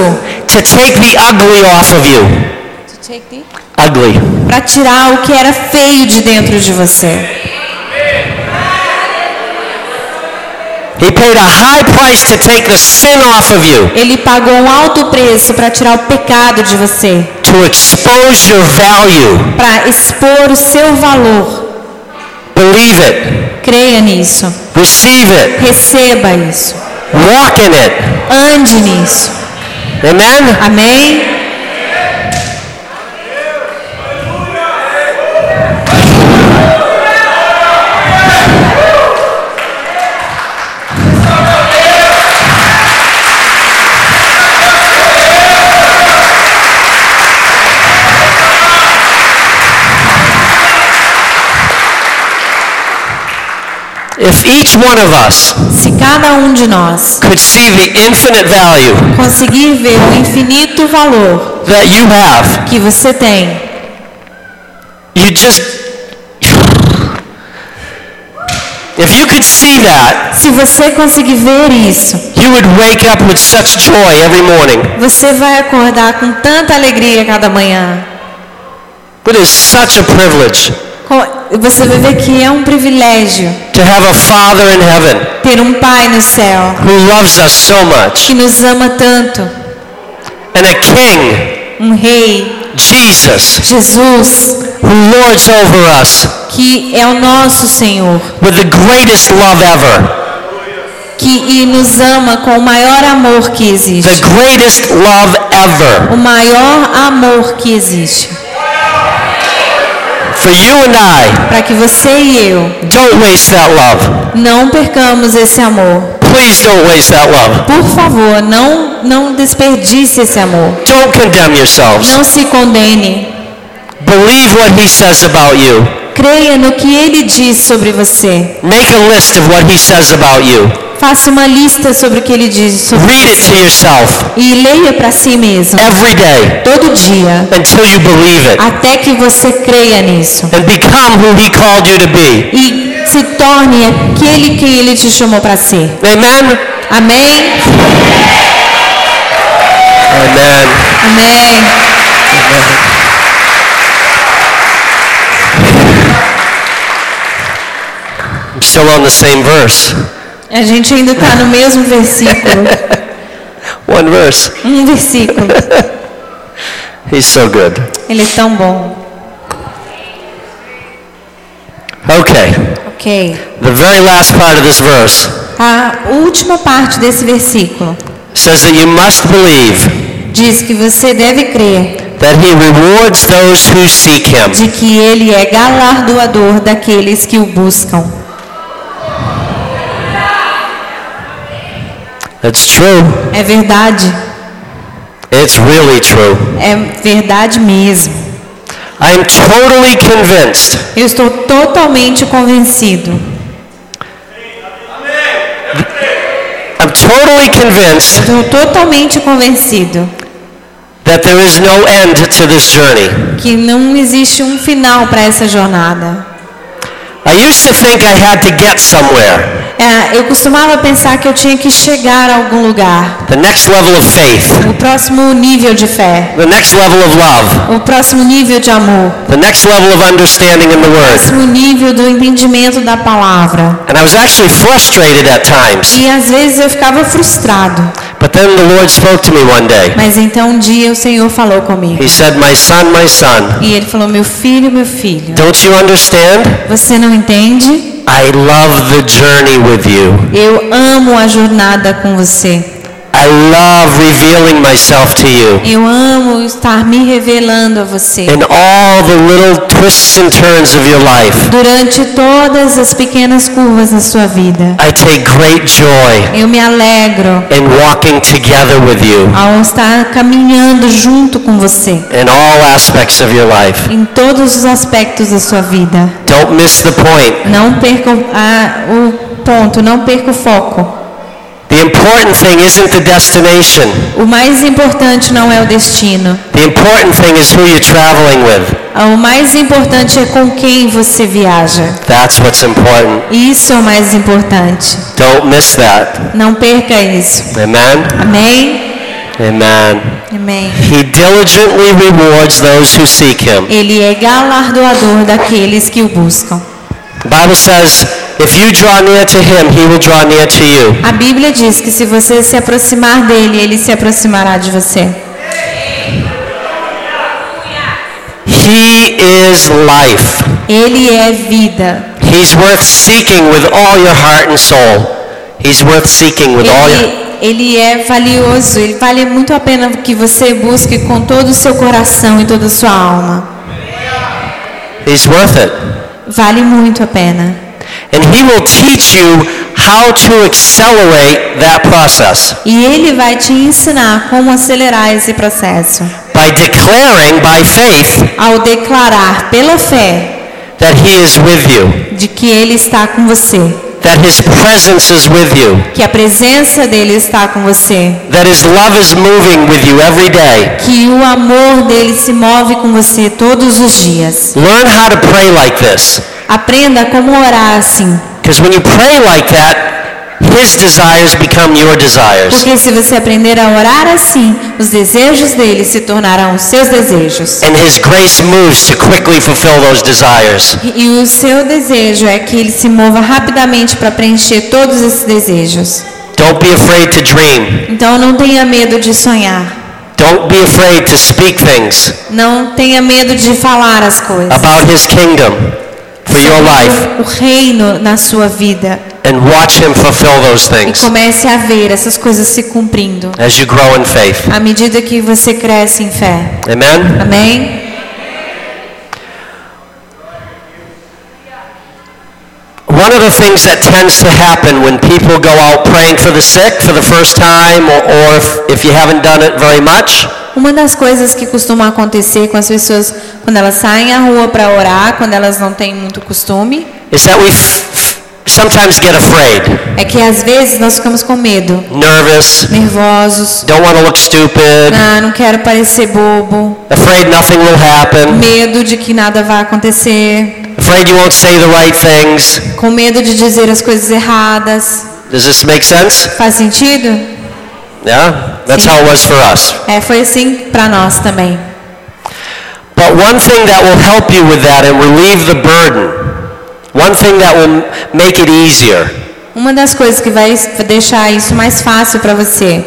Speaker 2: to take the ugly off of you. Ugly.
Speaker 1: para tirar o que era feio de dentro de você.
Speaker 2: He paid a high price to take the sin off of you,
Speaker 1: Ele pagou um alto preço para tirar o pecado de você,
Speaker 2: to expose your value.
Speaker 1: para expor o seu valor.
Speaker 2: Believe it.
Speaker 1: Creia nisso.
Speaker 2: Receive it.
Speaker 1: Receba isso.
Speaker 2: Walk in it.
Speaker 1: Ande nisso.
Speaker 2: Amen?
Speaker 1: Amém?
Speaker 2: If each one of us
Speaker 1: Se cada um de nós
Speaker 2: could see the infinite value
Speaker 1: conseguir ver o infinito valor
Speaker 2: that you have,
Speaker 1: que você tem,
Speaker 2: you just. If you could see that,
Speaker 1: se você conseguir ver isso,
Speaker 2: you would wake up with such joy every morning.
Speaker 1: você vai acordar com tanta alegria cada manhã.
Speaker 2: It is such a privilege
Speaker 1: Co- Você vai ver que é um privilégio
Speaker 2: to have a Father in heaven
Speaker 1: ter um Pai no céu
Speaker 2: who loves us so much,
Speaker 1: que nos ama tanto,
Speaker 2: and a King,
Speaker 1: um Rei,
Speaker 2: Jesus,
Speaker 1: Jesus,
Speaker 2: who lords over us
Speaker 1: que é o nosso Senhor,
Speaker 2: with the greatest love ever.
Speaker 1: que e nos ama com o maior amor que
Speaker 2: The
Speaker 1: existe.
Speaker 2: greatest love ever.
Speaker 1: O maior amor que existe.
Speaker 2: For you and I,
Speaker 1: Para que você e eu
Speaker 2: don't waste that love.
Speaker 1: não percamos esse amor.
Speaker 2: Please don't waste that love.
Speaker 1: Por favor, não, não desperdice esse amor.
Speaker 2: Don't condemn yourselves.
Speaker 1: Não se condene.
Speaker 2: Believe what he says about you.
Speaker 1: Creia no que ele diz sobre você.
Speaker 2: Make a list of what he says about you.
Speaker 1: Faça uma lista sobre o que ele diz sobre
Speaker 2: Read it to yourself
Speaker 1: e leia para si mesmo
Speaker 2: every day
Speaker 1: todo dia
Speaker 2: until you believe it
Speaker 1: até que você creia nisso
Speaker 2: and become who he called you to be.
Speaker 1: e se torne aquele que ele te chamou para ser.
Speaker 2: Amen?
Speaker 1: Amém?
Speaker 2: Amen.
Speaker 1: Amém.
Speaker 2: I'm still on the same verse.
Speaker 1: A gente ainda está no mesmo versículo.
Speaker 2: One verse.
Speaker 1: Um versículo.
Speaker 2: He's so good.
Speaker 1: Ele é tão bom.
Speaker 2: Okay.
Speaker 1: Ok.
Speaker 2: The very last part of this verse
Speaker 1: A última parte desse versículo
Speaker 2: says that you must believe
Speaker 1: diz que você deve crer
Speaker 2: that he rewards those who seek him.
Speaker 1: de que ele é galardoador daqueles que o buscam.
Speaker 2: That's true.
Speaker 1: É verdade.
Speaker 2: It's really true.
Speaker 1: É verdade mesmo.
Speaker 2: I am totally convinced
Speaker 1: Eu estou totalmente convencido.
Speaker 2: I'm totally convinced
Speaker 1: Estou totalmente convencido
Speaker 2: that there is no end to this journey.
Speaker 1: que não existe um final para essa jornada.
Speaker 2: I used to think I had to get somewhere,
Speaker 1: É, eu costumava pensar que eu tinha que chegar a algum lugar.
Speaker 2: the next level of faith,
Speaker 1: O próximo nível de fé.
Speaker 2: the next level of love,
Speaker 1: O próximo nível de amor.
Speaker 2: the next level of understanding in the
Speaker 1: O
Speaker 2: Word.
Speaker 1: próximo nível do entendimento da palavra.
Speaker 2: And I was actually frustrated at times.
Speaker 1: E às vezes eu ficava frustrado.
Speaker 2: But then the Lord spoke to me one day.
Speaker 1: Mas então um dia o Senhor falou comigo.
Speaker 2: He said, My son, my son,
Speaker 1: E ele falou: Meu filho, meu filho,
Speaker 2: don't you understand?
Speaker 1: você não entende?
Speaker 2: I love the journey with you.
Speaker 1: Eu amo a jornada com você.
Speaker 2: I love revealing myself to you
Speaker 1: Eu amo estar me revelando a você.
Speaker 2: in all the little twists and turns of your life.
Speaker 1: Durante todas as pequenas curvas da sua vida,
Speaker 2: I take great joy
Speaker 1: eu me alegro
Speaker 2: in walking together with you
Speaker 1: ao estar caminhando junto com você
Speaker 2: in all aspects of your life.
Speaker 1: em todos os aspectos da sua vida.
Speaker 2: Don't miss the point.
Speaker 1: Não perca o- a- o ponto, não perca o foco.
Speaker 2: The important thing isn't the destination.
Speaker 1: O mais importante não é o destino.
Speaker 2: The important thing is who you're traveling with.
Speaker 1: O mais importante é com quem você viaja.
Speaker 2: That's what's important.
Speaker 1: Isso é o mais importante.
Speaker 2: Don't miss that.
Speaker 1: Não perca isso.
Speaker 2: Amen?
Speaker 1: Amém?
Speaker 2: Amen.
Speaker 1: Amém.
Speaker 2: He diligently rewards those who seek him.
Speaker 1: Ele é galardoador daqueles que o buscam.
Speaker 2: The Bible says, if you draw near to him, he will draw near to you.
Speaker 1: A Bíblia diz que se você se aproximar dele, ele se aproximará de você.
Speaker 2: He is life.
Speaker 1: Ele é vida.
Speaker 2: He's worth seeking with all your heart and soul. He's worth seeking with all your
Speaker 1: Ele, ele é valioso. Ele vale muito a pena que você busque com todo o seu coração e toda a sua alma.
Speaker 2: He's worth it.
Speaker 1: Vale muito a pena.
Speaker 2: And he will teach you how to accelerate that process
Speaker 1: E ele vai te ensinar como acelerar esse processo
Speaker 2: by declaring by faith
Speaker 1: ao declarar pela fé
Speaker 2: that he is with you,
Speaker 1: de que ele está com você,
Speaker 2: that His presence is with you,
Speaker 1: que a presença dele está com você,
Speaker 2: that His love is moving with you every day.
Speaker 1: que o amor dele se move com você todos os dias.
Speaker 2: Learn how to pray like this.
Speaker 1: Aprenda como orar assim,
Speaker 2: Because when you pray like that, His desires become your desires.
Speaker 1: porque se você aprender a orar assim, os desejos dele se tornarão os seus desejos.
Speaker 2: And His grace moves to quickly fulfill those desires.
Speaker 1: E o seu desejo é que ele se mova rapidamente para preencher todos esses desejos.
Speaker 2: Don't be afraid to dream.
Speaker 1: Então não tenha medo de sonhar.
Speaker 2: Don't be afraid to speak things
Speaker 1: Não tenha medo de falar as coisas.
Speaker 2: about His kingdom for your life
Speaker 1: O reino na sua vida.
Speaker 2: and watch Him fulfill those
Speaker 1: E
Speaker 2: things
Speaker 1: comece a ver essas coisas se cumprindo.
Speaker 2: as you grow in faith.
Speaker 1: À medida que você cresce em fé.
Speaker 2: Amen?
Speaker 1: Amém?
Speaker 2: One of the things that tends to happen when people go out praying for the sick for the first time or, or if, if you haven't done it very much,
Speaker 1: Uma das coisas que costuma acontecer com as pessoas quando elas saem à rua para orar, quando elas não têm muito costume,
Speaker 2: is that we f- f- sometimes get afraid,
Speaker 1: é que às vezes nós ficamos com medo,
Speaker 2: nervous,
Speaker 1: nervosos,
Speaker 2: don't want to look stupid,
Speaker 1: Ah, não quero parecer bobo.
Speaker 2: afraid nothing will happen,
Speaker 1: Medo de que nada vá acontecer.
Speaker 2: afraid you won't say the right things.
Speaker 1: Com medo de dizer as coisas erradas.
Speaker 2: Does this make sense?
Speaker 1: Faz sentido?
Speaker 2: Yeah? That's how it was for us.
Speaker 1: É, foi assim para nós também.
Speaker 2: But one thing that will help you with that and relieve the burden, one thing that will make it easier,
Speaker 1: Uma das coisas que vai deixar isso mais fácil para você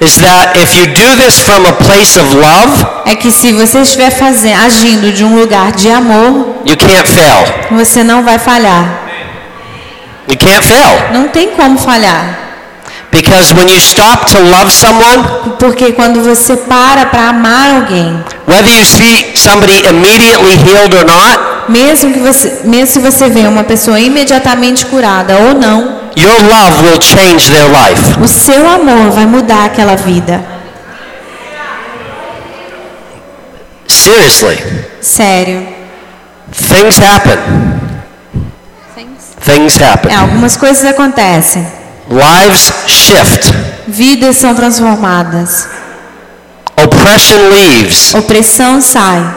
Speaker 2: is that if you do this from a place of love,
Speaker 1: é que se você estiver faze- agindo de um lugar de amor,
Speaker 2: you can't fail.
Speaker 1: você não vai falhar.
Speaker 2: You can't fail.
Speaker 1: Não tem como falhar,
Speaker 2: Because when you stop to love someone,
Speaker 1: porque quando você para para amar alguém,
Speaker 2: whether you see somebody immediately healed or not,
Speaker 1: mesmo que você, mesmo se você vê uma pessoa imediatamente curada ou não,
Speaker 2: your love will change their life.
Speaker 1: O seu amor vai mudar aquela vida.
Speaker 2: Seriously.
Speaker 1: Sério.
Speaker 2: Things happen. Things happen.
Speaker 1: É, algumas coisas acontecem.
Speaker 2: Lives shift.
Speaker 1: Vidas são transformadas.
Speaker 2: Oppression leaves.
Speaker 1: Opressão sai.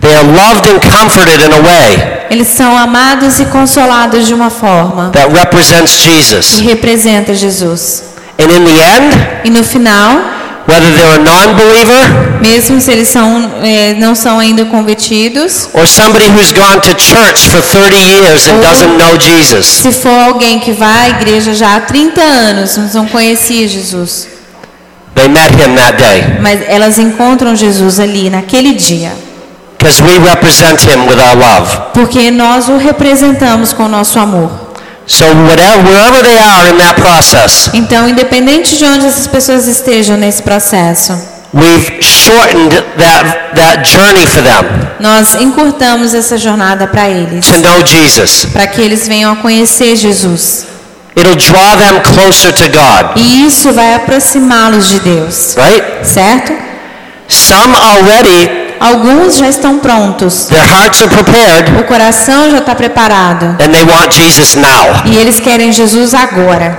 Speaker 2: They are loved and comforted in a way
Speaker 1: Eles são amados e consolados de uma forma
Speaker 2: that represents
Speaker 1: que
Speaker 2: Jesus.
Speaker 1: representa Jesus.
Speaker 2: And in the end,
Speaker 1: E no final,
Speaker 2: whether they're a non believer
Speaker 1: mesmo se eles são, eh, não são ainda convertidos,
Speaker 2: or somebody who's gone to church for 30 years and doesn't know Jesus,
Speaker 1: se for alguém que vai à igreja já há 30 anos, mas não conhecia Jesus,
Speaker 2: they met him that day
Speaker 1: mas elas encontram Jesus ali naquele dia,
Speaker 2: because we represent him with our love.
Speaker 1: porque nós o representamos com o nosso amor.
Speaker 2: So, whatever, wherever they are in that process,
Speaker 1: Então, independente de onde essas pessoas estejam nesse processo,
Speaker 2: we've shortened that, that journey for them
Speaker 1: nós encurtamos essa jornada para eles,
Speaker 2: to know Jesus.
Speaker 1: para que eles venham a conhecer Jesus.
Speaker 2: It'll draw them closer to God,
Speaker 1: E isso vai aproximá-los de Deus,
Speaker 2: right?
Speaker 1: certo?
Speaker 2: Some already,
Speaker 1: Alguns já estão prontos,
Speaker 2: their hearts are prepared
Speaker 1: o coração já está preparado
Speaker 2: and they want Jesus now.
Speaker 1: e eles querem Jesus agora.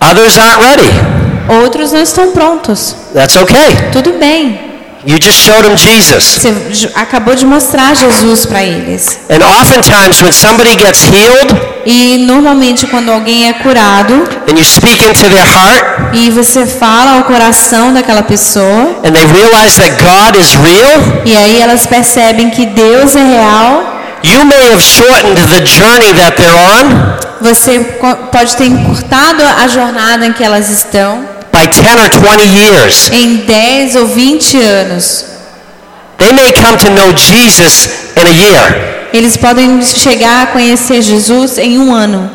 Speaker 2: Others aren't ready.
Speaker 1: Outros não estão prontos.
Speaker 2: That's okay.
Speaker 1: Tudo bem,
Speaker 2: You just showed them Jesus.
Speaker 1: você j- acabou de mostrar Jesus para eles.
Speaker 2: And oftentimes, when somebody gets healed
Speaker 1: E normalmente, quando alguém é curado
Speaker 2: and you speak into their heart
Speaker 1: e você fala ao coração daquela pessoa,
Speaker 2: and they realize that God is real,
Speaker 1: E aí elas percebem que Deus é real.
Speaker 2: you may have shortened the journey that they're on
Speaker 1: Você co- pode ter encurtado a jornada em que elas estão
Speaker 2: by 10 or 20 years.
Speaker 1: em 10 ou 20 anos.
Speaker 2: They may come to know Jesus in a year.
Speaker 1: Eles podem chegar a conhecer Jesus em um ano,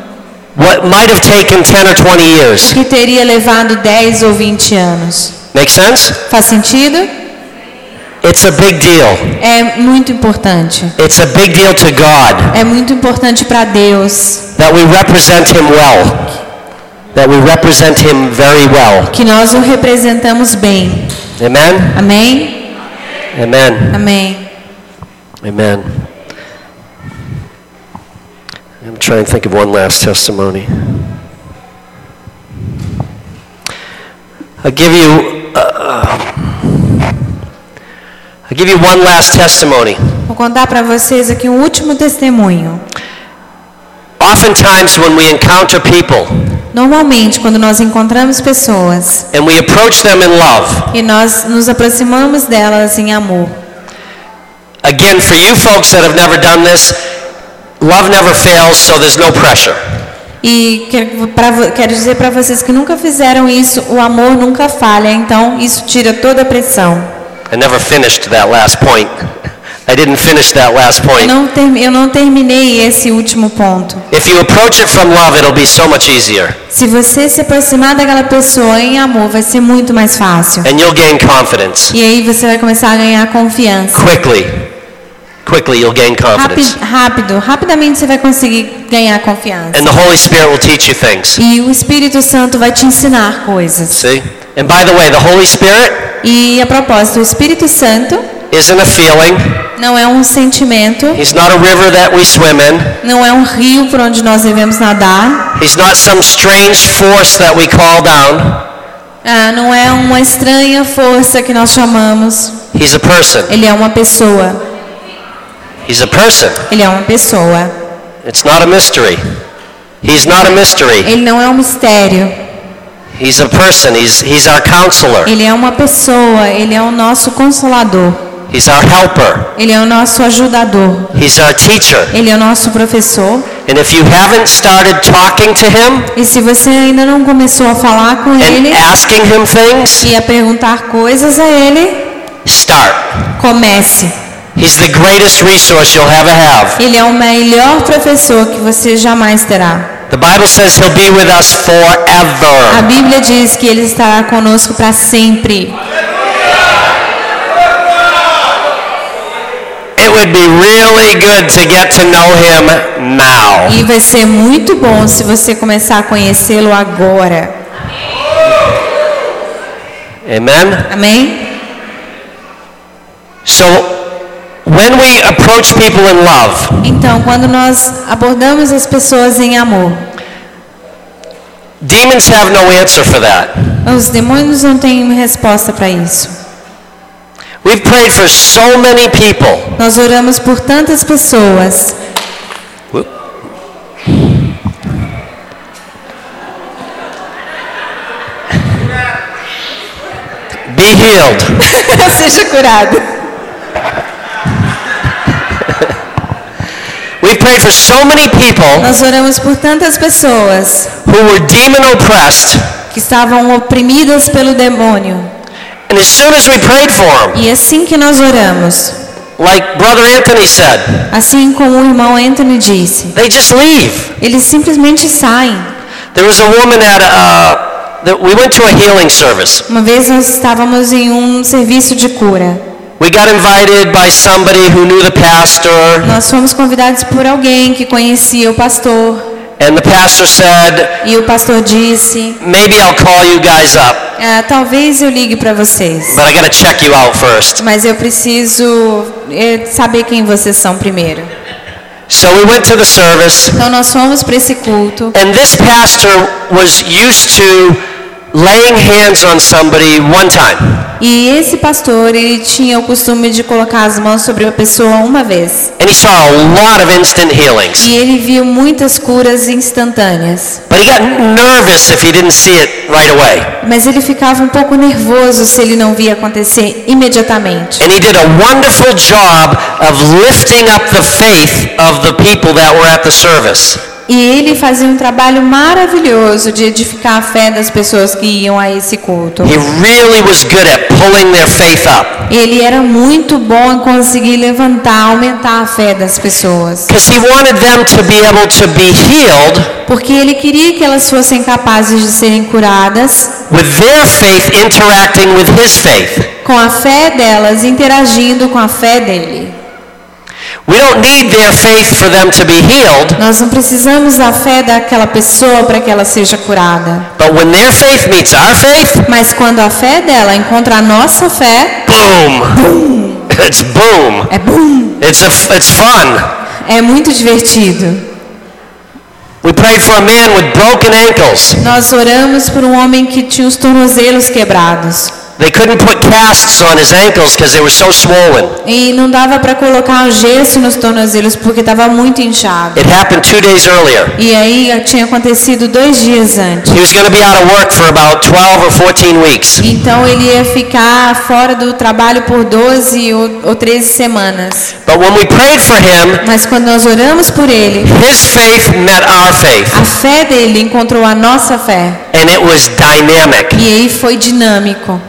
Speaker 2: What might have taken 10 or 20 years.
Speaker 1: que teria levado 10 ou 20 anos.
Speaker 2: Make sense?
Speaker 1: Faz sentido?
Speaker 2: It's a big deal.
Speaker 1: É muito importante.
Speaker 2: It's a big deal to God
Speaker 1: É muito importante para Deus
Speaker 2: that we represent Him well. That we represent Him very well.
Speaker 1: que nós o representamos bem.
Speaker 2: Amen?
Speaker 1: Amém?
Speaker 2: Amen.
Speaker 1: Amém.
Speaker 2: Amen. I'm trying to think of one last testimony. I'll give you. Uh, I'll give you one last testimony.
Speaker 1: Vou contar para vocês aqui um último testemunho.
Speaker 2: Oftentimes, when we encounter people
Speaker 1: Normalmente, quando nós encontramos pessoas
Speaker 2: and we approach them in love,
Speaker 1: e nós nos aproximamos delas em amor,
Speaker 2: again, for you folks that have never done this, love never fails, so there's no pressure.
Speaker 1: e quero, pra vo- quero dizer para vocês que nunca fizeram isso, o amor nunca falha, então isso tira toda a pressão.
Speaker 2: I never finished that last point. I didn't finish that last
Speaker 1: Eu
Speaker 2: point.
Speaker 1: não, termi- eu não terminei esse último ponto.
Speaker 2: If you approach it from love, it'll be so much easier,
Speaker 1: Se você se aproximar daquela pessoa em amor, vai ser muito mais fácil.
Speaker 2: and you'll gain confidence
Speaker 1: E aí você vai começar a ganhar confiança.
Speaker 2: quickly. Quickly, you'll gain confidence,
Speaker 1: Rápido, rápido, rapidamente você vai conseguir ganhar confiança.
Speaker 2: and the Holy Spirit will teach you things.
Speaker 1: E o Espírito Santo vai te ensinar coisas.
Speaker 2: See? And by the way, the Holy Spirit
Speaker 1: E a propósito, o Espírito Santo
Speaker 2: isn't a feeling.
Speaker 1: não é um sentimento,
Speaker 2: He's not a river that we swim in.
Speaker 1: não é um rio por onde nós devemos nadar,
Speaker 2: He's not some strange force that we call down.
Speaker 1: ah, não é uma estranha força que nós chamamos.
Speaker 2: He's a person.
Speaker 1: Ele é uma pessoa.
Speaker 2: He's a person.
Speaker 1: Ele é uma pessoa.
Speaker 2: It's not a mystery. He's not a mystery.
Speaker 1: Ele não é um mistério.
Speaker 2: He's a person. He's, he's our counselor.
Speaker 1: Ele é uma pessoa. Ele é o nosso consolador.
Speaker 2: He's our helper.
Speaker 1: Ele é o nosso ajudador.
Speaker 2: He's our teacher.
Speaker 1: Ele é o nosso professor.
Speaker 2: And if you haven't started talking to him
Speaker 1: E se você ainda não começou a falar com
Speaker 2: and
Speaker 1: ele
Speaker 2: asking him things,
Speaker 1: e a perguntar coisas a ele,
Speaker 2: start.
Speaker 1: comece.
Speaker 2: He's the greatest resource you'll ever have.
Speaker 1: Ele é o melhor professor que você jamais terá.
Speaker 2: The Bible says he'll be with us
Speaker 1: A
Speaker 2: forever.
Speaker 1: Bíblia diz que ele estará conosco para sempre.
Speaker 2: It would be really good to get to know him now.
Speaker 1: E vai ser muito bom se você começar a conhecê-lo agora.
Speaker 2: Amen?
Speaker 1: Amém?
Speaker 2: So, when we approach people in love,
Speaker 1: Então, quando nós abordamos as pessoas em amor,
Speaker 2: demons have no answer for that.
Speaker 1: os demônios não têm resposta para isso.
Speaker 2: We've prayed for so many people.
Speaker 1: Nós oramos por tantas pessoas.
Speaker 2: Be healed.
Speaker 1: Seja curado.
Speaker 2: We've prayed for so many people
Speaker 1: Nós oramos por tantas pessoas
Speaker 2: who were demon oppressed,
Speaker 1: que estavam oprimidas pelo demônio.
Speaker 2: and as soon as we prayed for them,
Speaker 1: E assim que nós oramos,
Speaker 2: like Brother Anthony said,
Speaker 1: assim como o irmão Anthony disse,
Speaker 2: they just leave.
Speaker 1: eles simplesmente saem.
Speaker 2: There was a woman at a, uh, that we went to a healing service.
Speaker 1: Uma vez nós estávamos em um serviço de cura.
Speaker 2: We got invited by somebody who knew the pastor,
Speaker 1: Nós fomos convidados por alguém que conhecia o pastor.
Speaker 2: and the pastor said,
Speaker 1: E o pastor disse:
Speaker 2: maybe I'll call you guys up,
Speaker 1: "Ah, Talvez eu ligue para vocês,
Speaker 2: but I gotta check you out first.
Speaker 1: mas eu preciso eh, saber quem vocês são primeiro.
Speaker 2: So we went to the service,
Speaker 1: Então nós fomos para esse culto.
Speaker 2: and this pastor was used to laying hands on somebody one time.
Speaker 1: E esse pastor, ele tinha o costume de colocar as mãos sobre uma pessoa uma vez.
Speaker 2: And he saw a lot of instant healings.
Speaker 1: E ele viu muitas curas instantâneas.
Speaker 2: But he got nervous if he didn't see it right away.
Speaker 1: Mas ele ficava um pouco nervoso se ele não via acontecer imediatamente.
Speaker 2: And he did a wonderful job of lifting up the faith of the people that were at the service.
Speaker 1: E ele fazia um trabalho maravilhoso de edificar a fé das pessoas que iam a esse culto.
Speaker 2: He really was good at pulling their faith up
Speaker 1: Ele era muito bom em conseguir levantar, aumentar a fé das pessoas.
Speaker 2: because he wanted them to be able to be healed
Speaker 1: Porque ele queria que elas fossem capazes de serem curadas
Speaker 2: with their faith interacting with his faith.
Speaker 1: com a fé delas, interagindo com a fé dele.
Speaker 2: We don't need their faith for them to be healed,
Speaker 1: Nós não precisamos da fé daquela pessoa para que ela seja curada.
Speaker 2: but when their faith meets our faith,
Speaker 1: Mas quando a fé dela encontra a nossa fé,
Speaker 2: boom! It's boom.
Speaker 1: é bum,
Speaker 2: It's a, it's fun.
Speaker 1: é muito divertido.
Speaker 2: prayed for a man with broken ankles.
Speaker 1: Nós oramos por um homem que tinha os tornozelos quebrados.
Speaker 2: They couldn't put casts on his ankles because they were so swollen.
Speaker 1: E não dava para colocar um gesso nos tornozelos porque estava muito inchado.
Speaker 2: It happened two days earlier.
Speaker 1: E aí eh, tinha acontecido dois dias antes.
Speaker 2: He was going to be out of work for about 12 or 14 weeks.
Speaker 1: Então ele ia ficar fora do trabalho por 12 ou, ou 13 semanas.
Speaker 2: But when we prayed for him,
Speaker 1: Mas quando nós oramos por ele,
Speaker 2: his faith met our faith,
Speaker 1: a fé dele encontrou a nossa fé.
Speaker 2: and it was dynamic,
Speaker 1: E aí foi dinâmico.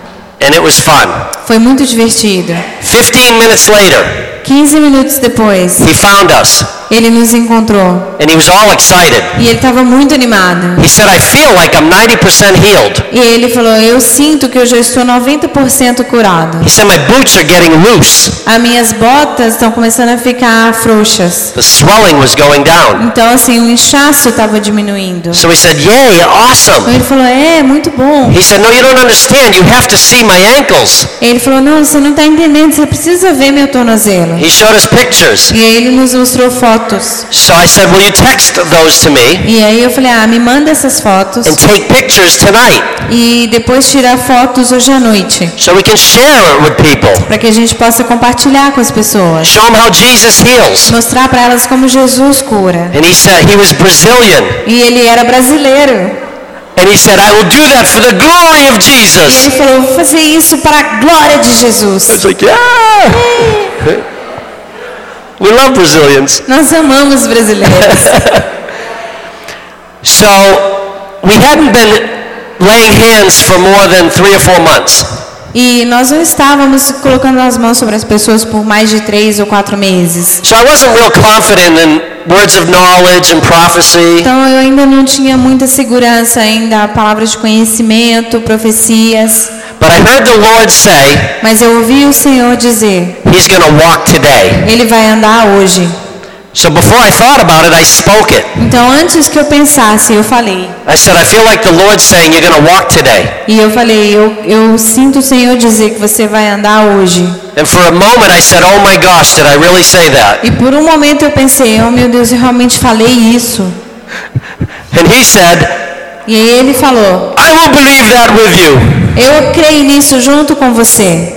Speaker 2: and it was fun.
Speaker 1: Foi muito divertido.
Speaker 2: 15 minutes later,
Speaker 1: 15 minutos depois,
Speaker 2: he found us,
Speaker 1: ele nos encontrou.
Speaker 2: and he was all excited.
Speaker 1: E ele estava muito animado.
Speaker 2: He said, I feel like I'm 90% healed.
Speaker 1: E ele falou: Eu sinto que eu já estou 90% curado.
Speaker 2: He said, My boots are getting loose.
Speaker 1: As minhas botas estão começando a ficar frouxas.
Speaker 2: The swelling was going down.
Speaker 1: Então, assim, o inchaço estava diminuindo.
Speaker 2: So he said, Yay,
Speaker 1: Então
Speaker 2: awesome.
Speaker 1: ele falou: É, muito bom.
Speaker 2: He said, No, you don't understand. You have to see my ankles.
Speaker 1: Ele falou: Não, você não está entendendo, você precisa ver meu tornozelo.
Speaker 2: He showed us pictures.
Speaker 1: E aí ele nos mostrou fotos.
Speaker 2: So I said, Will you text those to me
Speaker 1: E aí eu falei: Ah, me manda essas fotos.
Speaker 2: and take pictures tonight
Speaker 1: E depois tirar fotos hoje à noite.
Speaker 2: so we can share it with people?
Speaker 1: Para que a gente possa compartilhar com as pessoas.
Speaker 2: Show them how Jesus heals.
Speaker 1: Mostrar para elas como Jesus cura.
Speaker 2: And he said, He was Brazilian.
Speaker 1: E ele era brasileiro.
Speaker 2: And he said, I will do that for the glory of
Speaker 1: E ele
Speaker 2: Jesus.
Speaker 1: falou: Vou fazer isso para a glória de
Speaker 2: I
Speaker 1: Jesus.
Speaker 2: was like, Yeah. we love Brazilians.
Speaker 1: Nós amamos brasileiros.
Speaker 2: So we hadn't been laying hands for more than three or four months.
Speaker 1: E nós não estávamos colocando as mãos sobre as pessoas por mais de três ou quatro meses.
Speaker 2: So I wasn't real confident in words of knowledge and prophecy.
Speaker 1: Então eu ainda não tinha muita segurança ainda, palavras de conhecimento, profecias.
Speaker 2: But I heard the Lord say,
Speaker 1: Mas eu ouvi o Senhor dizer,
Speaker 2: He's going to walk today.
Speaker 1: Ele vai andar hoje.
Speaker 2: So before I thought about it, I spoke it.
Speaker 1: Então antes que eu pensasse, eu falei.
Speaker 2: I said, I feel like the Lord's saying, You're going to walk today.
Speaker 1: E eu falei, eu, eu sinto o Senhor dizer que você vai andar hoje.
Speaker 2: And for a moment, I said, Oh my gosh, did I really say that?
Speaker 1: E por um momento eu pensei, oh meu Deus, eu realmente falei isso.
Speaker 2: And He said,
Speaker 1: E aí ele falou,
Speaker 2: I will believe that with you.
Speaker 1: eu creio nisso junto com você.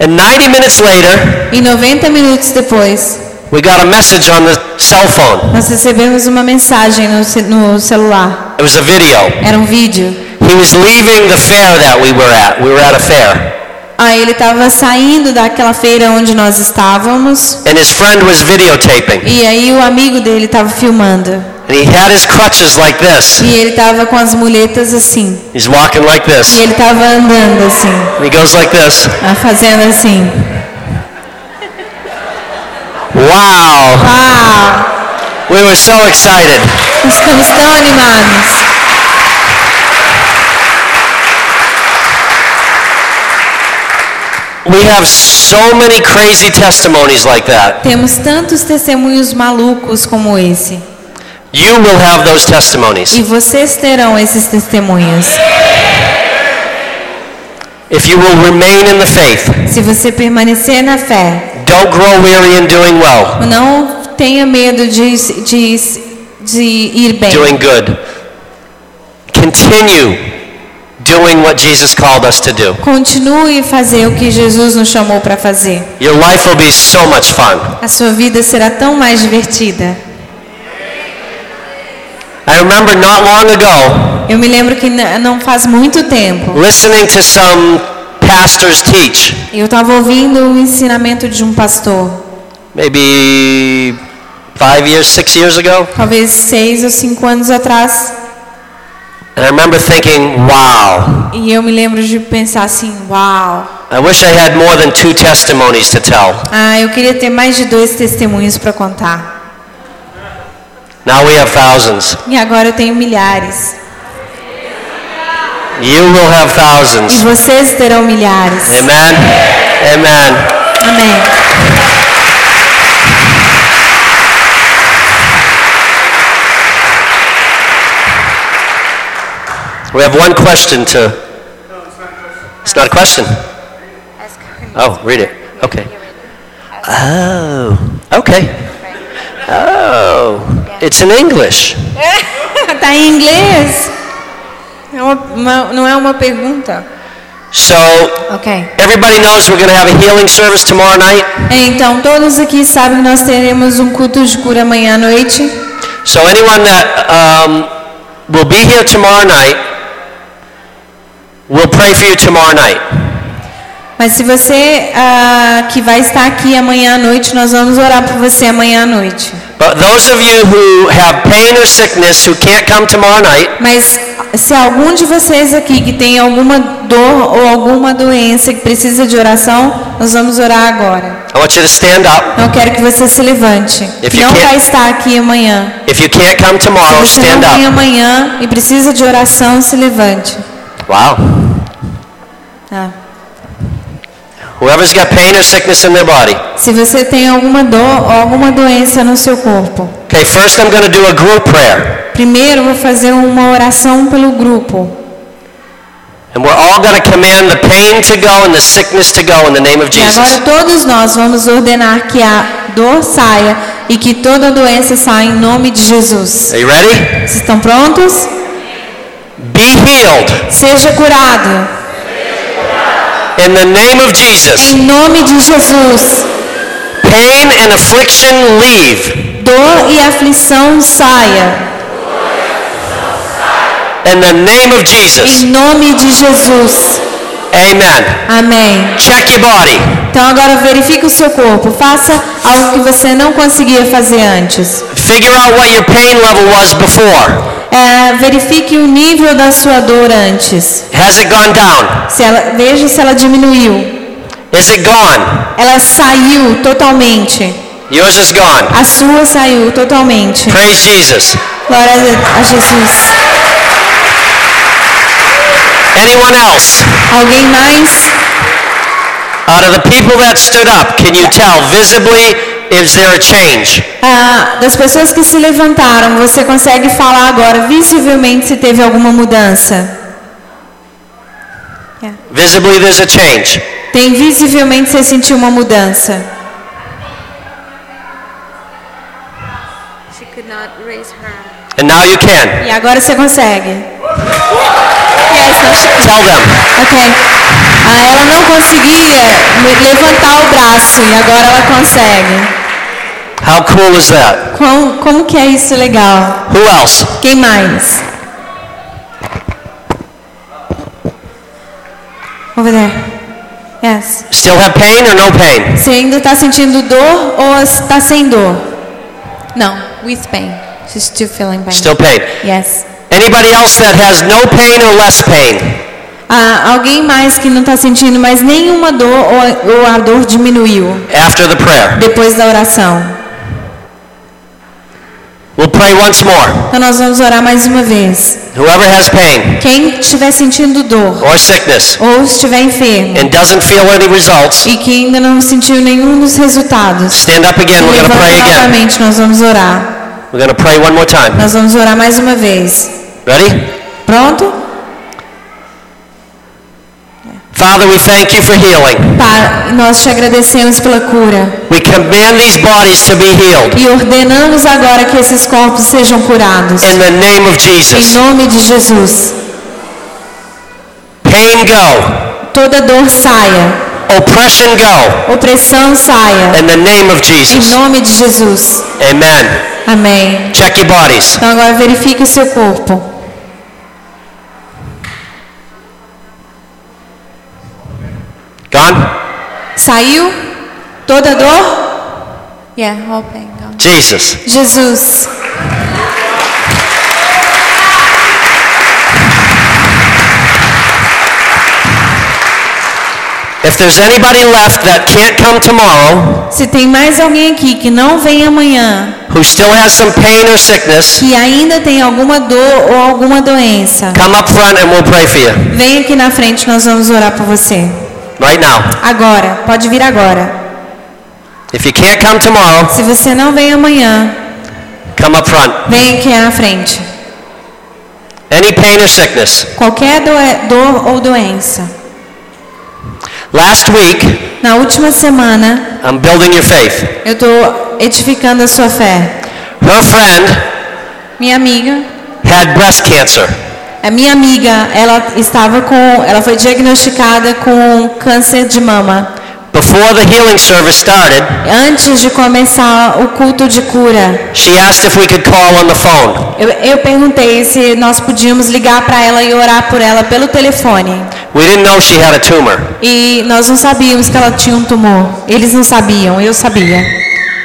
Speaker 2: And 90 minutes later,
Speaker 1: E 90 minutos depois,
Speaker 2: we got a message on the cell phone.
Speaker 1: nós recebemos uma mensagem no, ce- no celular.
Speaker 2: It was a video.
Speaker 1: Era um vídeo.
Speaker 2: He was leaving the fair that we were at. We were at a fair.
Speaker 1: Aí ele estava saindo daquela feira onde nós estávamos.
Speaker 2: And his friend was videotaping.
Speaker 1: E aí o amigo dele estava filmando.
Speaker 2: And he had his crutches like this.
Speaker 1: E ele estava com as muletas assim.
Speaker 2: He's walking like
Speaker 1: E
Speaker 2: this.
Speaker 1: ele estava andando assim,
Speaker 2: And he goes like this.
Speaker 1: ah, fazendo assim.
Speaker 2: Wow!
Speaker 1: Uau!
Speaker 2: We were so excited.
Speaker 1: Ah, Nós ficamos tão animados.
Speaker 2: We have so many crazy testimonies like that.
Speaker 1: Temos tantos testemunhos malucos como esse.
Speaker 2: You will have those testimonies.
Speaker 1: E vocês terão esses testemunhos.
Speaker 2: If you will remain in the faith,
Speaker 1: Se você permanecer na fé,
Speaker 2: don't grow weary in doing well,
Speaker 1: Não tenha medo de, de, de ir bem.
Speaker 2: doing good. Continue doing what Jesus called us to do.
Speaker 1: Continue a fazer o que Jesus nos chamou para fazer.
Speaker 2: Your life will be so much fun.
Speaker 1: A sua vida será tão mais divertida.
Speaker 2: I remember not long ago
Speaker 1: Eu me lembro que n- não faz muito tempo,
Speaker 2: listening to some pastors teach,
Speaker 1: eu estava ouvindo um ensinamento de um pastor,
Speaker 2: maybe five years, six years ago.
Speaker 1: talvez seis ou cinco anos atrás,
Speaker 2: And I remember thinking, wow,
Speaker 1: e eu me lembro de pensar assim: uau,
Speaker 2: I wish I had more than two testimonies to tell.
Speaker 1: ah, eu queria ter mais de dois testemunhos para contar.
Speaker 2: Now we have thousands.
Speaker 1: E agora eu tenho milhares.
Speaker 2: You will have
Speaker 1: E
Speaker 2: thousands.
Speaker 1: vocês terão milhares.
Speaker 2: Amen. Amen.
Speaker 1: Amém.
Speaker 2: We have one question to. It's not a question. Oh, read it. Okay. Oh. Okay. Oh. It's in English.
Speaker 1: Está Tá em inglês. É uma- uma- não é uma pergunta.
Speaker 2: So
Speaker 1: Ok.
Speaker 2: everybody knows we're going to have a healing service tomorrow night.
Speaker 1: Então, todos aqui sabem que nós teremos um culto de cura amanhã à noite.
Speaker 2: So anyone that um, will be here tomorrow night, we'll pray for you tomorrow night.
Speaker 1: Mas se você ah, que vai estar aqui amanhã à noite, nós vamos orar por você amanhã à noite.
Speaker 2: But those of you who have pain or sickness who can't come tomorrow night,
Speaker 1: Mas se algum de vocês aqui que tem alguma dor ou alguma doença que precisa de oração, nós vamos orar agora. Então,
Speaker 2: I want you to stand up.
Speaker 1: Eu quero que você se levante.
Speaker 2: If you
Speaker 1: Não
Speaker 2: can't-
Speaker 1: vai estar aqui amanhã. Então,
Speaker 2: If you can't come tomorrow,
Speaker 1: Você não
Speaker 2: stand
Speaker 1: vem
Speaker 2: up.
Speaker 1: amanhã e precisa de oração, se levante.
Speaker 2: Wow.
Speaker 1: Tá.
Speaker 2: Whoever's got pain or sickness in their body.
Speaker 1: Se você tem alguma dor ou alguma doença no seu corpo,
Speaker 2: Okay, first I'm going to do a group prayer.
Speaker 1: primeiro eu vou fazer uma oração pelo grupo.
Speaker 2: And we're all going to command the pain to go and the sickness to go in the name of
Speaker 1: E agora
Speaker 2: Jesus.
Speaker 1: todos nós vamos ordenar que a dor saia e que toda doença saia em nome de Jesus.
Speaker 2: Are you ready?
Speaker 1: Vocês estão prontos?
Speaker 2: Be healed
Speaker 1: Seja curado.
Speaker 2: in the name of Jesus.
Speaker 1: Em nome de Jesus.
Speaker 2: Pain and affliction leave
Speaker 1: Dor e aflição saia.
Speaker 2: in the name of Jesus.
Speaker 1: Em nome de Jesus.
Speaker 2: Amen.
Speaker 1: Amém.
Speaker 2: Check your body.
Speaker 1: Então agora verifique o seu corpo. Faça algo que você não conseguia fazer antes.
Speaker 2: Figure out what your pain level was before.
Speaker 1: É, verifique o nível da sua dor antes.
Speaker 2: Has it gone down?
Speaker 1: Se ela, veja se ela diminuiu.
Speaker 2: Is it gone?
Speaker 1: Ela saiu totalmente.
Speaker 2: Yours is gone.
Speaker 1: A sua saiu totalmente.
Speaker 2: Praise Jesus.
Speaker 1: Glória a Jesus.
Speaker 2: Anyone else?
Speaker 1: Alguém mais?
Speaker 2: Out of the people that stood up, can you tell visibly is there a change?
Speaker 1: Ah, das pessoas que se levantaram, você consegue falar agora visivelmente se teve alguma mudança?
Speaker 2: Visibly there's a change.
Speaker 1: Tem visivelmente você sentiu uma mudança?
Speaker 3: She could not raise her hand.
Speaker 2: And now you can.
Speaker 1: E agora você consegue? Yes, no, she-
Speaker 2: Tell them.
Speaker 1: ok. Ah, ela não conseguia me- levantar o braço e agora ela consegue.
Speaker 2: How cool is that?
Speaker 1: Como, como que é isso legal?
Speaker 2: Who else?
Speaker 1: Quem mais? Over there. Yes.
Speaker 2: Still have pain or no pain?
Speaker 1: Você ainda está sentindo dor ou está sem dor? Não, with pain. She's still feeling pain.
Speaker 2: Still pain.
Speaker 1: Yes.
Speaker 2: Anybody else that has no pain or less pain?
Speaker 1: Ah, alguém mais que não está sentindo mais nenhuma dor ou, ou a dor diminuiu
Speaker 2: After the prayer.
Speaker 1: depois da oração?
Speaker 2: We'll pray once more.
Speaker 1: Então nós vamos orar mais uma vez.
Speaker 2: Whoever has pain
Speaker 1: Quem estiver sentindo dor
Speaker 2: or sickness
Speaker 1: ou estiver enfermo
Speaker 2: and doesn't feel any results,
Speaker 1: e que ainda não sentiu nenhum dos resultados,
Speaker 2: stand up again. We're going to
Speaker 1: levanta
Speaker 2: pray again.
Speaker 1: novamente, nós vamos orar.
Speaker 2: We're going to pray one more time.
Speaker 1: Nós vamos orar mais uma vez.
Speaker 2: Ready?
Speaker 1: Pronto?
Speaker 2: Father, we thank you for healing.
Speaker 1: Pai, nós te agradecemos pela cura.
Speaker 2: We command these bodies to be healed
Speaker 1: E ordenamos agora que esses corpos sejam curados.
Speaker 2: in the name of
Speaker 1: Em
Speaker 2: Jesus.
Speaker 1: nome de Jesus.
Speaker 2: Pain go,
Speaker 1: Toda dor saia.
Speaker 2: oppression go
Speaker 1: Opressão saia.
Speaker 2: in the name of
Speaker 1: Em
Speaker 2: Jesus.
Speaker 1: nome de Jesus.
Speaker 2: Amen.
Speaker 1: Amém.
Speaker 2: Check your bodies.
Speaker 1: Então agora verifique o seu corpo.
Speaker 2: Gone?
Speaker 1: Saiu toda dor?
Speaker 3: Yeah, whole pain gone.
Speaker 2: Jesus.
Speaker 1: Jesus.
Speaker 2: If there's anybody left that can't come tomorrow
Speaker 1: Se tem mais alguém aqui que não vem amanhã,
Speaker 2: who still has some pain or sickness,
Speaker 1: que ainda tem alguma dor ou alguma doença,
Speaker 2: come up front and we'll pray for you
Speaker 1: vem aqui na frente, nós vamos orar por você.
Speaker 2: right now.
Speaker 1: Agora, pode vir agora.
Speaker 2: If you can't come tomorrow,
Speaker 1: Se você não vem amanhã,
Speaker 2: come up front.
Speaker 1: vem aqui na frente.
Speaker 2: Any pain or sickness.
Speaker 1: Qualquer doe- dor ou doença.
Speaker 2: Last week,
Speaker 1: Na última semana,
Speaker 2: I'm building your faith.
Speaker 1: eu estou edificando a sua fé.
Speaker 2: Her friend
Speaker 1: Minha amiga,
Speaker 2: had breast cancer.
Speaker 1: a minha amiga, ela estava com, ela foi diagnosticada com câncer de mama
Speaker 2: Before the healing service started,
Speaker 1: antes de começar o culto de cura.
Speaker 2: she asked if we could call on the phone.
Speaker 1: Eu, eu perguntei se nós podíamos ligar para ela e orar por ela pelo telefone.
Speaker 2: We didn't know she had a tumor.
Speaker 1: E nós não sabíamos que ela tinha um tumor. Eles não sabiam, eu sabia.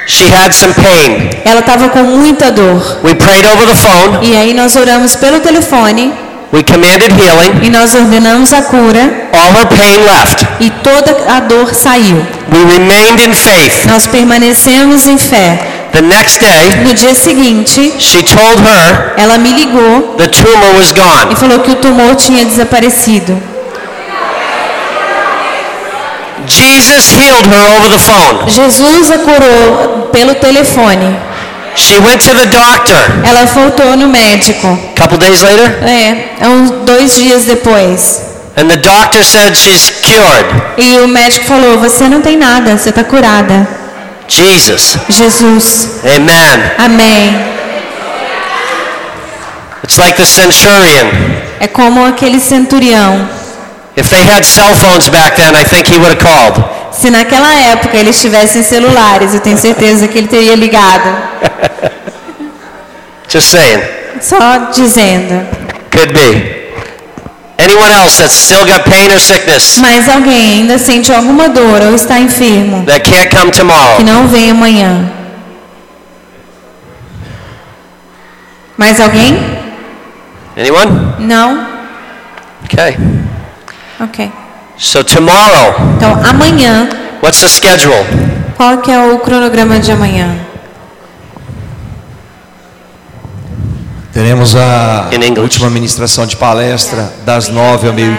Speaker 2: She had some pain.
Speaker 1: Ela estava com muita dor.
Speaker 2: We prayed over the phone.
Speaker 1: E aí nós oramos pelo telefone
Speaker 2: We commanded healing.
Speaker 1: e nós ordenamos a cura
Speaker 2: All her pain left.
Speaker 1: e toda a dor saiu.
Speaker 2: We remained in faith.
Speaker 1: Nós permanecemos em fé.
Speaker 2: The next day,
Speaker 1: No dia seguinte,
Speaker 2: she told her
Speaker 1: ela me ligou
Speaker 2: the tumor was
Speaker 1: e
Speaker 2: gone.
Speaker 1: falou que o tumor tinha desaparecido.
Speaker 2: Jesus healed her over the phone.
Speaker 1: Jesus a curou pelo telefone.
Speaker 2: She went to the doctor.
Speaker 1: Ela voltou no médico.
Speaker 2: A couple days later,
Speaker 1: É, é uns dois dias depois.
Speaker 2: and the doctor said she's cured.
Speaker 1: E o médico falou: Você não tem nada, você está curada.
Speaker 2: Jesus.
Speaker 1: Jesus,
Speaker 2: Amen.
Speaker 1: amém.
Speaker 2: It's like the centurion.
Speaker 1: É como aquele centurião.
Speaker 2: If they had cell phones back then, I think he would have called.
Speaker 1: Se naquela época eles tivessem celulares, eu tenho certeza que ele teria ligado.
Speaker 2: Just saying.
Speaker 1: Só dizendo.
Speaker 2: Could be. Anyone else that's still got pain or sickness
Speaker 1: Mas alguém ainda sente alguma dor ou está enfermo,
Speaker 2: that can't come
Speaker 1: que
Speaker 2: tomorrow?
Speaker 1: não vem amanhã. Mais alguém?
Speaker 2: Anyone?
Speaker 1: Não?
Speaker 2: Okay.
Speaker 1: Ok.
Speaker 2: So tomorrow,
Speaker 1: Então amanhã,
Speaker 2: what's the schedule?
Speaker 1: qual que é o cronograma de amanhã?
Speaker 4: Teremos a
Speaker 2: In English.
Speaker 4: última ministração de palestra das nove ao